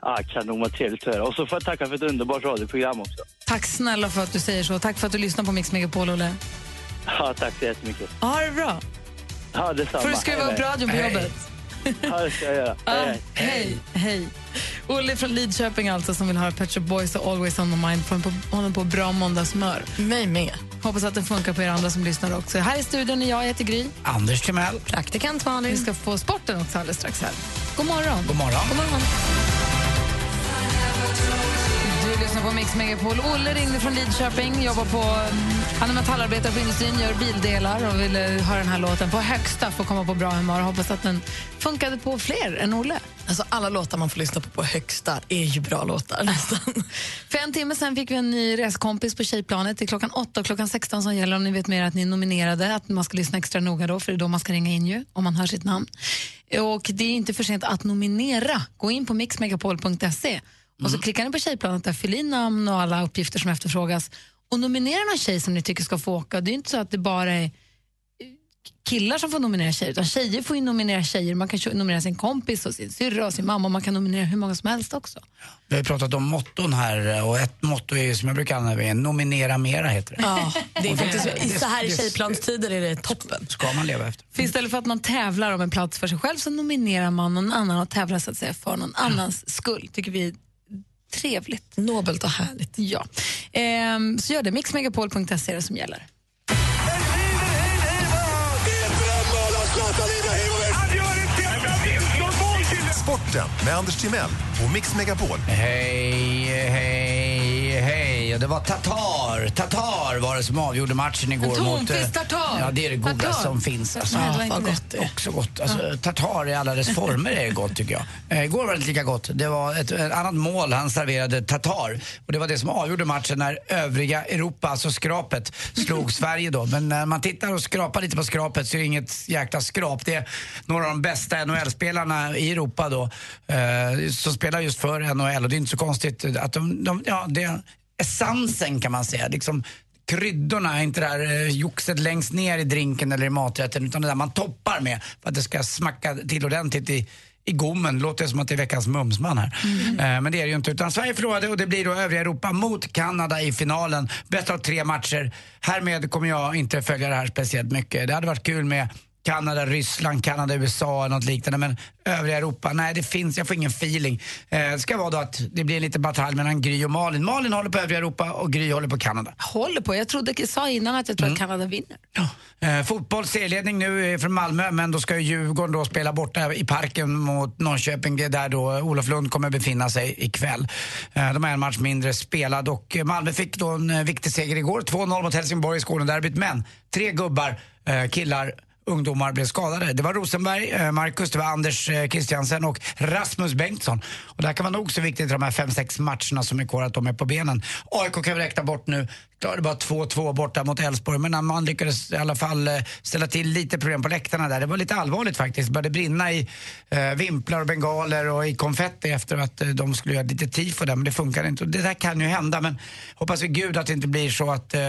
Speaker 13: Ah, kanon, vad trevligt att höra. Och så får jag tacka för ett underbart radioprogram också.
Speaker 3: Tack snälla för att du säger så. Tack för att du lyssnar på Mix Megapol, Olle.
Speaker 13: Ja, tack så jättemycket.
Speaker 3: Ha det bra.
Speaker 13: Ja, detsamma.
Speaker 3: Får du skruva
Speaker 13: Hej,
Speaker 3: upp
Speaker 13: hej.
Speaker 3: radion på
Speaker 13: Hej.
Speaker 3: jobbet?
Speaker 13: Ja, det ska jag göra. Hej,
Speaker 3: Ah,
Speaker 13: hej.
Speaker 3: hej, hej. Olle från Lidköping alltså som vill höra Pet Shop Boys och Always on my mind. Får honom på, honom på bra måndagshumör. Mig med. Hoppas att den funkar på er andra som lyssnar också. Här i studion är jag, jag heter Gry.
Speaker 4: Anders Timell.
Speaker 3: Praktikant Malin. Vi ska få sporten också alldeles strax här. God morgon.
Speaker 4: God morgon.
Speaker 3: God morgon. Du lyssnar på Mix Megapol. Olle ringde från Lidköping. Jobbar på, mm, han är metallarbetare på industrin, gör bildelar och ville höra den här låten på högsta för att komma på bra humör. Hoppas att den funkade på fler än Olle.
Speaker 5: Alltså alla låtar man får lyssna på på högsta är ju bra låtar nästan.
Speaker 3: För en timme sen fick vi en ny reskompis på tjejplanet. Det är klockan 8 och klockan 16 som gäller om ni vet mer att ni är nominerade. Att man ska lyssna extra noga då, för det är då man ska ringa in ju, om man hör sitt namn. Och det är inte för sent att nominera. Gå in på mixmegapol.se och
Speaker 5: Mm.
Speaker 3: så klickar ni på tjejplanet där, fyll in namn och alla uppgifter som efterfrågas. Och nominera någon tjej som ni tycker ska få åka. Det är ju inte så att det bara är killar som får nominera tjejer, utan tjejer får ju nominera tjejer. Man kan nominera sin kompis och sin syrra och sin mamma. och Man kan nominera hur många som helst också.
Speaker 4: Vi har ju pratat om motton här och ett motto är, som jag brukar använda är nominera mera heter det.
Speaker 3: *laughs*
Speaker 5: Ja, det är
Speaker 4: Och
Speaker 5: faktiskt, i så här i
Speaker 4: det-
Speaker 5: tjejplanstider är det toppen.
Speaker 4: Ska man leva efter.
Speaker 3: För istället för att man tävlar om en plats för sig själv så nominerar man någon annan och tävlar så att säga för någon annans skull. Tycker vi är trevligt.
Speaker 5: Nobelt och härligt.
Speaker 3: Ja. Ehm, så gör det. Mixmegapol.se är det som gäller.
Speaker 19: Sporten med Anders Timell och Mix Megapol.
Speaker 4: Hej, hej, hej. Och det var Tatar. Tatar var det som avgjorde matchen igår. mot, eh,
Speaker 24: tonfisk tartar.
Speaker 4: Ja, det är det godaste
Speaker 24: Tartar.
Speaker 4: som finns.
Speaker 24: Jag
Speaker 4: Alltså.
Speaker 24: gillar
Speaker 4: Ja,
Speaker 24: inte
Speaker 4: vad
Speaker 24: det.
Speaker 4: gott det. är. Också gott. Alltså, Tatar i alla dess former är gott tycker jag. Eh, igår var det inte lika gott. Det var ett, ett annat mål han serverade Tatar. Och det var det som avgjorde matchen när övriga Europa, alltså skrapet, slog Sverige då. Men när man tittar och skrapar lite på skrapet så är det inget jäkla skrap. Det är några av de bästa NHL-spelarna i Europa då eh, som spelar just för NHL. Och det är inte så konstigt att de, de ja, det är essensen kan man säga. Liksom, kryddorna, inte det här eh, joxet längst ner i drinken eller i maträtten utan det där man toppar med för att det ska smacka till ordentligt i, i gommen. Låter det som att det är veckans mumsman här. Eh, men det är det ju inte. Utan Sverige förlorade och det blir då övriga Europa mot Kanada i finalen. Bäst av tre matcher. Härmed kommer jag inte följa det här speciellt mycket. Det hade varit kul med Kanada, Ryssland, Kanada, USA eller något liknande. Men övriga Europa, nej det finns, jag får ingen feeling. Eh, Det ska vara då att det blir en liten batalj mellan Gry och Malin. Malin håller på övriga Europa och Gry håller på Kanada.
Speaker 3: Håller på. Jag trodde, jag sa innan att jag tror att
Speaker 4: Mm.
Speaker 3: Kanada vinner.
Speaker 4: Eh, fotboll, serieledning nu eh, från Malmö, men då ska ju Djurgården då spela borta i parken mot Norrköping. Det är där då eh, Olof Lund kommer befinna sig ikväll. Eh, de har en match mindre spelad och eh, Malmö fick då en eh, viktig seger igår. 2-0 mot Helsingborg i Skånederbyt, men tre gubbar, eh, killar, ungdomar blev skadade. Det var Rosenberg, eh, Marcus, det var Anders eh, Christiansen och Rasmus Bengtsson. Och det här kan vara nog så viktigt i de här fem sex matcherna som är kvar att de är på benen. AIK kan vi räkna bort nu. Klarade bara 2-2 borta mot Elfsborg, men man lyckades i alla fall eh, ställa till lite problem på läktarna där. Det var lite allvarligt faktiskt. Det började brinna i eh, vimplar och bengaler och i konfetti efter att eh, de skulle göra lite tifo där, men det funkade inte. Och det där kan ju hända, men hoppas vid gud att det inte blir så att eh,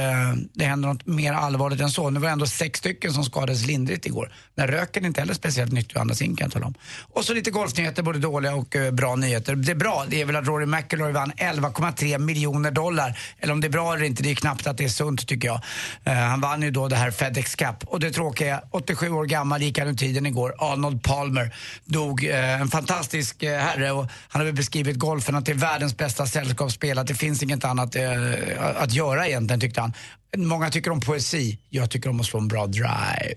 Speaker 4: det händer något mer allvarligt än så. Nu var det ändå sex stycken som skadades lindrigt igår. Den här röken är inte heller speciellt nyttig att andas in kan jag tala om. Och så lite golfnyheter, både dåliga och eh, bra nyheter. Det är bra, det är väl att Rory McIlroy vann 11,3 miljoner dollar. Eller om det är bra eller inte, det är knappt att det är sunt tycker jag. Eh, han vann ju då det här Fedex Cup. Och det tråkiga, är, 87 år gammal gick han ur tiden igår. Arnold Palmer dog, eh, en fantastisk eh, herre och han har väl beskrivit golfen att det är världens bästa sällskapsspel, att det finns inget annat eh, att göra egentligen tyckte han. Många tycker om poesi, jag tycker om att slå en bra drive.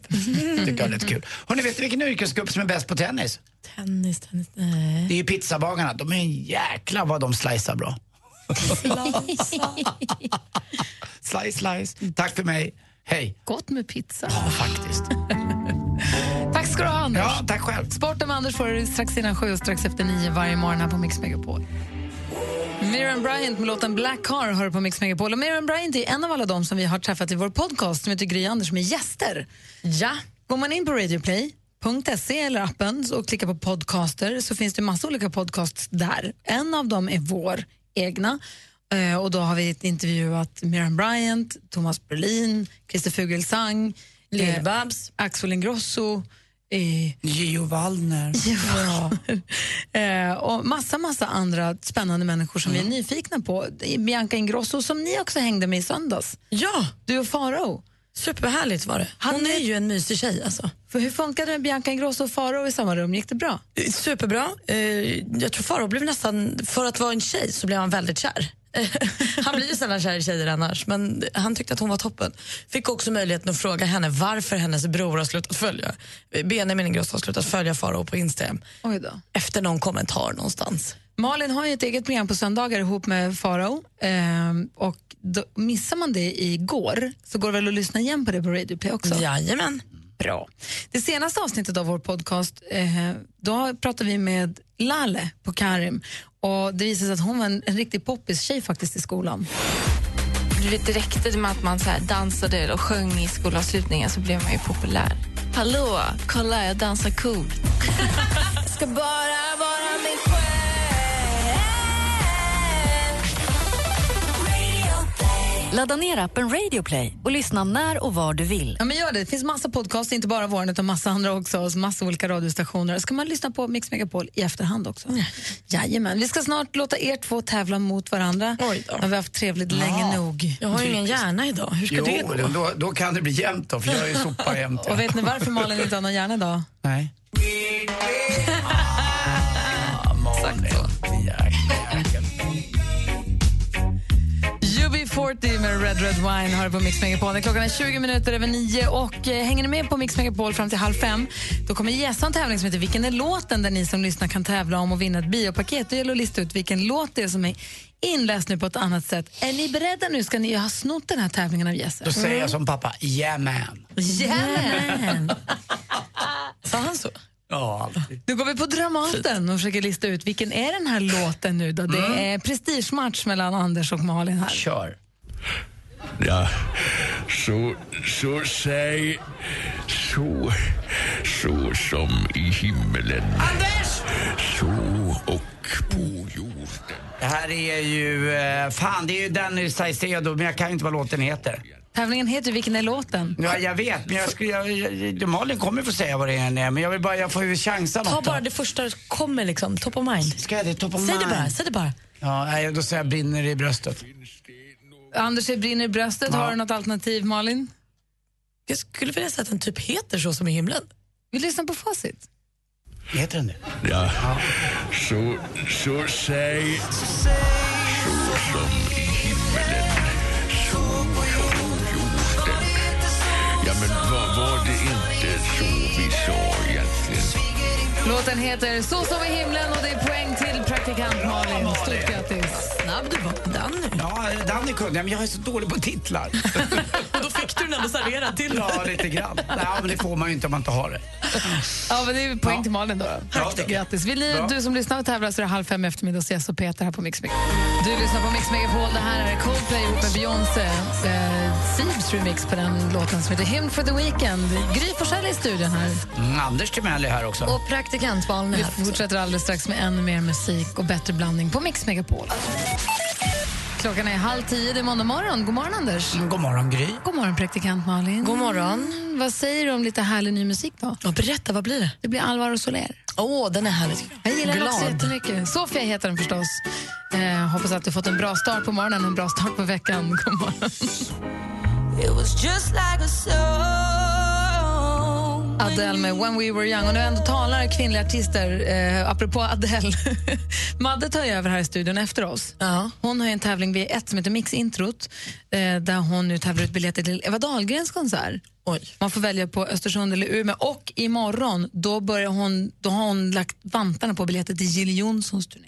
Speaker 4: Det tycker jag är lite kul. Hörrni, vet ni vilken yrkesgrupp som är bäst på tennis?
Speaker 5: Tennis, tennis,
Speaker 4: Det är ju pizzabagarna. De är en jäkla vad de slicear bra. Slice, slice. Tack för mig. Hej.
Speaker 3: Gott med pizza.
Speaker 4: Ja, faktiskt.
Speaker 3: Tack ska du ha, Anders.
Speaker 4: Ja, tack själv.
Speaker 3: Sporten med Anders får du strax innan sju och strax efter nio varje morgon här på Mix Megapol. Miriam Bryant med låten Black Car hör på Mix Megapol. Och Miriam Bryant är en av alla de som vi har träffat i vår podcast som heter Gry Anders med gäster. Ja. Går man in på radioplay.se eller appen och klickar på podcaster så finns det massa olika podcasts där. En av dem är vår egna. Eh, Och då har vi intervjuat Miriam Bryant, Thomas Berlin, Christer Fuglesang, eh, Axel Ingrosso, eh,
Speaker 4: Gio Wallner.
Speaker 3: Ja. Eh, och massa, massa andra spännande människor som
Speaker 5: Mm.
Speaker 3: vi är nyfikna på. Bianca Ingrosso som ni också hängde med i söndags.
Speaker 5: Ja.
Speaker 3: Du och Faro.
Speaker 5: Superhärligt var det. Hon är ju en mysig tjej alltså.
Speaker 3: För hur funkade det med Bianca Ingrosso och Faro i samma rum? Gick det bra?
Speaker 5: *laughs* Superbra. Eh, Jag tror Faro blev nästan, för att vara en tjej så blev han väldigt kär. han blir ju sällan kär i tjejer annars, men han tyckte att hon var toppen. Fick också möjligheten att fråga henne varför hennes bror har slutat följa, eh, Benjamin Ingrosso har slutat följa Faro på Instagram.
Speaker 3: Oj då.
Speaker 5: Efter någon kommentar någonstans.
Speaker 3: Malin har ju ett eget program på söndagar ihop med Farao. Ehm, och då, missar man det igår så går det väl att lyssna igen på det på Radio Play också?
Speaker 5: Jajamän.
Speaker 3: Bra. Det senaste avsnittet av vår podcast, eh, då pratade vi med Lale på Karim och det visade sig att hon var en, en riktig poppis-tjej faktiskt i skolan.
Speaker 9: Du vet, det räckte med att man så här dansade och sjöng i skolavslutningen Typ så blev man ju populär. Hallå, kolla jag dansar *laughs* coolt.
Speaker 6: Ska bara vara mig själv. Radio Play.
Speaker 25: Ladda ner appen Radio Play och lyssna när och var du vill.
Speaker 3: Ja, men gör det. Det finns massa podcast, inte bara våren utan massa andra också, och massa olika radiostationer. Ska man lyssna på Mix Megapol i efterhand också? Jajamän. Vi ska snart låta er två tävla mot varandra. Oj då. Har vi haft trevligt länge nog.
Speaker 5: Jag har ju ingen hjärna idag. Hur ska
Speaker 4: jo,
Speaker 5: det gå?
Speaker 4: Då, då kan det bli jämnt då, för jag är ju sopa jämt. ja.
Speaker 3: Och vet ni varför Malin inte har någon hjärna idag?
Speaker 5: *laughs*
Speaker 4: Nej. Ah,
Speaker 3: UB40 med Red Red Wine har du på Mix Megapol. Klockan är 20 minuter över nio och eh, hänger ni med på Mix Megapol fram till halv fem då kommer Jessa ha en tävling som heter Vilken är låten? där ni som lyssnar kan tävla om och vinna ett biopaket. Det gäller att lista ut vilken låt det är som är inläst nu på ett annat sätt. Är ni beredda nu? Ska ni ha snott den här tävlingen av Jesse? Mm.
Speaker 4: Då säger
Speaker 5: Mm.
Speaker 4: jag som pappa, yeah man.
Speaker 3: Jajamän! Sa han så?
Speaker 4: Ja,
Speaker 3: Nu går vi på Dramaten och försöker lista ut vilken är den här låten nu då? Det är prestigematch mellan Anders och Malin här.
Speaker 4: Mm. Kör.
Speaker 10: Ja, så, så säg så, så som i himmelen. Anders! Så och på jorden.
Speaker 4: Det här är ju, eh, fan det är ju Danny Saucedo, men jag kan ju inte vad låten heter.
Speaker 3: Tävlingen heter ju Vilken är låten?
Speaker 4: Ja, jag vet, men jag skulle, jag, jag, Malin kommer få säga vad det än är, men jag vill bara, jag får ju chansa något.
Speaker 5: Ta
Speaker 4: då.
Speaker 5: bara det första som kommer, liksom. top of mind.
Speaker 4: Ska jag det? Top of
Speaker 5: säg
Speaker 4: mind?
Speaker 5: Det bara, säg det bara.
Speaker 4: Ja, nej, då säger jag brinner i bröstet.
Speaker 3: Anders, det brinner i bröstet.
Speaker 4: Ja.
Speaker 3: Har du något alternativ, Malin? Jag skulle vilja säga att den typ heter så som i himlen. Vi lyssnar på facit.
Speaker 4: Heter den det?
Speaker 10: Ja, så, så säg så som i himmelen. Så och på jorden. Ja, men var, var det inte så vi sa egentligen?
Speaker 3: Låten heter Så som i himlen och det är poäng till praktikant Malin. Stort grattis. Snabb du var, Danny.
Speaker 4: Ja, Danny kunde jag, men jag är så dålig på
Speaker 3: *laughs*
Speaker 4: titlar.
Speaker 5: *laughs* Då fick du den ändå serverad till
Speaker 4: Ja, lite grann. Nej, men det får man ju inte om man inte har det.
Speaker 3: Ja, men det är poäng till Malin då. Högt grattis. Vill ni,
Speaker 4: Bra.
Speaker 3: du som lyssnar och tävlar så är det halv fem i eftermiddag och ses och Peter här på Mix Megapol. Du lyssnar på Mix Megapol. Det här är Coldplay ihop med Beyoncé. Eh, Sieves remix på den låten som heter Hymn for the Weekend. Gry Forssell är i studion här.
Speaker 4: Mm, Anders Timell är här också.
Speaker 3: Och praktikant Malin Vi fortsätter alldeles strax med ännu mer musik och bättre blandning på Mix Megapol. Klockan är halv tio, det är måndag morgon. God morgon, Anders.
Speaker 4: God morgon, Gry.
Speaker 3: God morgon, praktikant Malin.
Speaker 5: God morgon.
Speaker 3: Mm, vad säger du om lite härlig ny musik då?
Speaker 5: Ja, berätta, vad blir det?
Speaker 3: Det blir Alvaro Soler.
Speaker 5: Åh, den är härlig.
Speaker 3: Jag gillar den också
Speaker 5: Glad.
Speaker 3: jättemycket. Sofia heter den förstås. Eh, hoppas att du fått en bra start på morgonen och en bra start på veckan. *laughs* God morgon.
Speaker 26: It was just like a song.
Speaker 3: Adele med When We Were Young. Och nu ändå talar kvinnliga artister, eh, apropå Adele. Madde tar ju över här i studion efter oss. Hon har ju en tävling vid ett som heter Mix Introt eh, där hon nu tävlar ut biljetter till Eva Dahlgrens konsert. Man får välja på Östersund eller Umeå. Och imorgon då, börjar hon, då har hon lagt vantarna på biljetter till Jill Johnsons turné.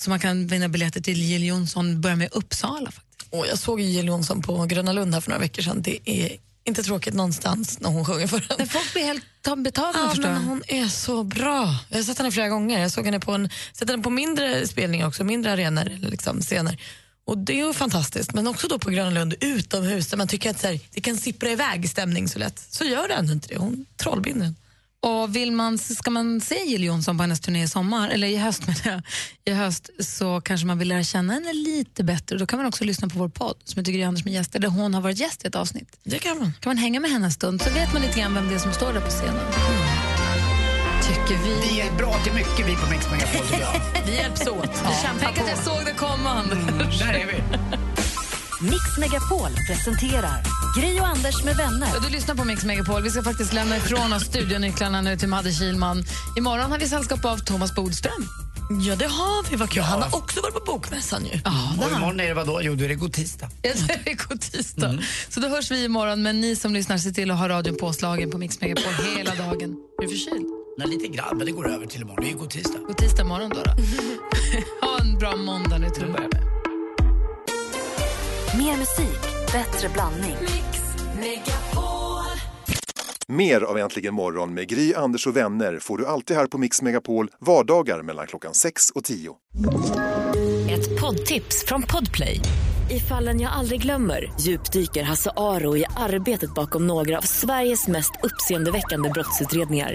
Speaker 3: Så man kan vinna biljetter till Jill Johnson, börja med Uppsala. faktiskt.
Speaker 5: Och jag såg ju Jill Johnson på Gröna Lund här för några veckor sedan. Det är inte tråkigt någonstans när hon sjunger för den.
Speaker 3: Folk blir helt betagna
Speaker 5: Ja,
Speaker 3: förstår
Speaker 5: men
Speaker 3: jag.
Speaker 5: hon är så bra. Jag har sett henne flera gånger. Jag såg henne på, en, sett henne på mindre spelningar också, mindre arenor, eller liksom scener. Och det är ju fantastiskt. Men också då på Gröna Lund utomhus där man tycker att så här, det kan sippra iväg stämning så lätt. Så gör det ändå inte det. Hon trollbinder den.
Speaker 3: Och vill man, ska man se Jill Johnson på hennes turné i sommar, eller i höst menar jag, i höst så kanske man vill lära känna henne lite bättre. Då kan man också lyssna på vår podd som heter Gry Anders med gäster där hon har varit gäst i ett avsnitt.
Speaker 5: Det kan man.
Speaker 3: Kan man hänga med henne en stund så vet man lite grann vem det är som står där på scenen. Tycker vi.
Speaker 4: Vi är bra till mycket vi på Mix Megapol tycker jag.
Speaker 5: Vi hjälps åt. Vi kämpar
Speaker 3: Tänk att jag såg det komma, Anders.
Speaker 4: Mm, Där är vi.
Speaker 25: Mix Megapol presenterar Gry och Anders med vänner.
Speaker 3: Ja, Du lyssnar på Mix Megapol. Vi ska faktiskt lämna ifrån oss studionycklarna nu till Madde Kilman. Imorgon har vi sällskap av Thomas Bodström.
Speaker 5: Ja, det har vi. Vad kul. Han har också varit på bokmässan ju.
Speaker 4: Och imorgon är det vadå? Jo, då är det god tisdag.
Speaker 3: Ja, det är god tisdag. Så då hörs vi imorgon, men ni som lyssnar, se till att ha radion påslagen på Mix Megapol hela dagen. Är du förkyld?
Speaker 4: Nej, lite grann, men det går över till imorgon. Det är ju god tisdag.
Speaker 3: God tisdag morgon då. då. ha en bra måndag nu till att börja med.
Speaker 25: Mer musik, bättre blandning.
Speaker 19: Mer av Äntligen morgon med Gry, Anders och vänner får du alltid här på Mix Megapol vardagar mellan klockan 6 och 10.
Speaker 9: Ett poddtips från Podplay. I fallen jag aldrig glömmer djupdyker Hasse Aro i arbetet bakom några av Sveriges mest uppseendeväckande brottsutredningar.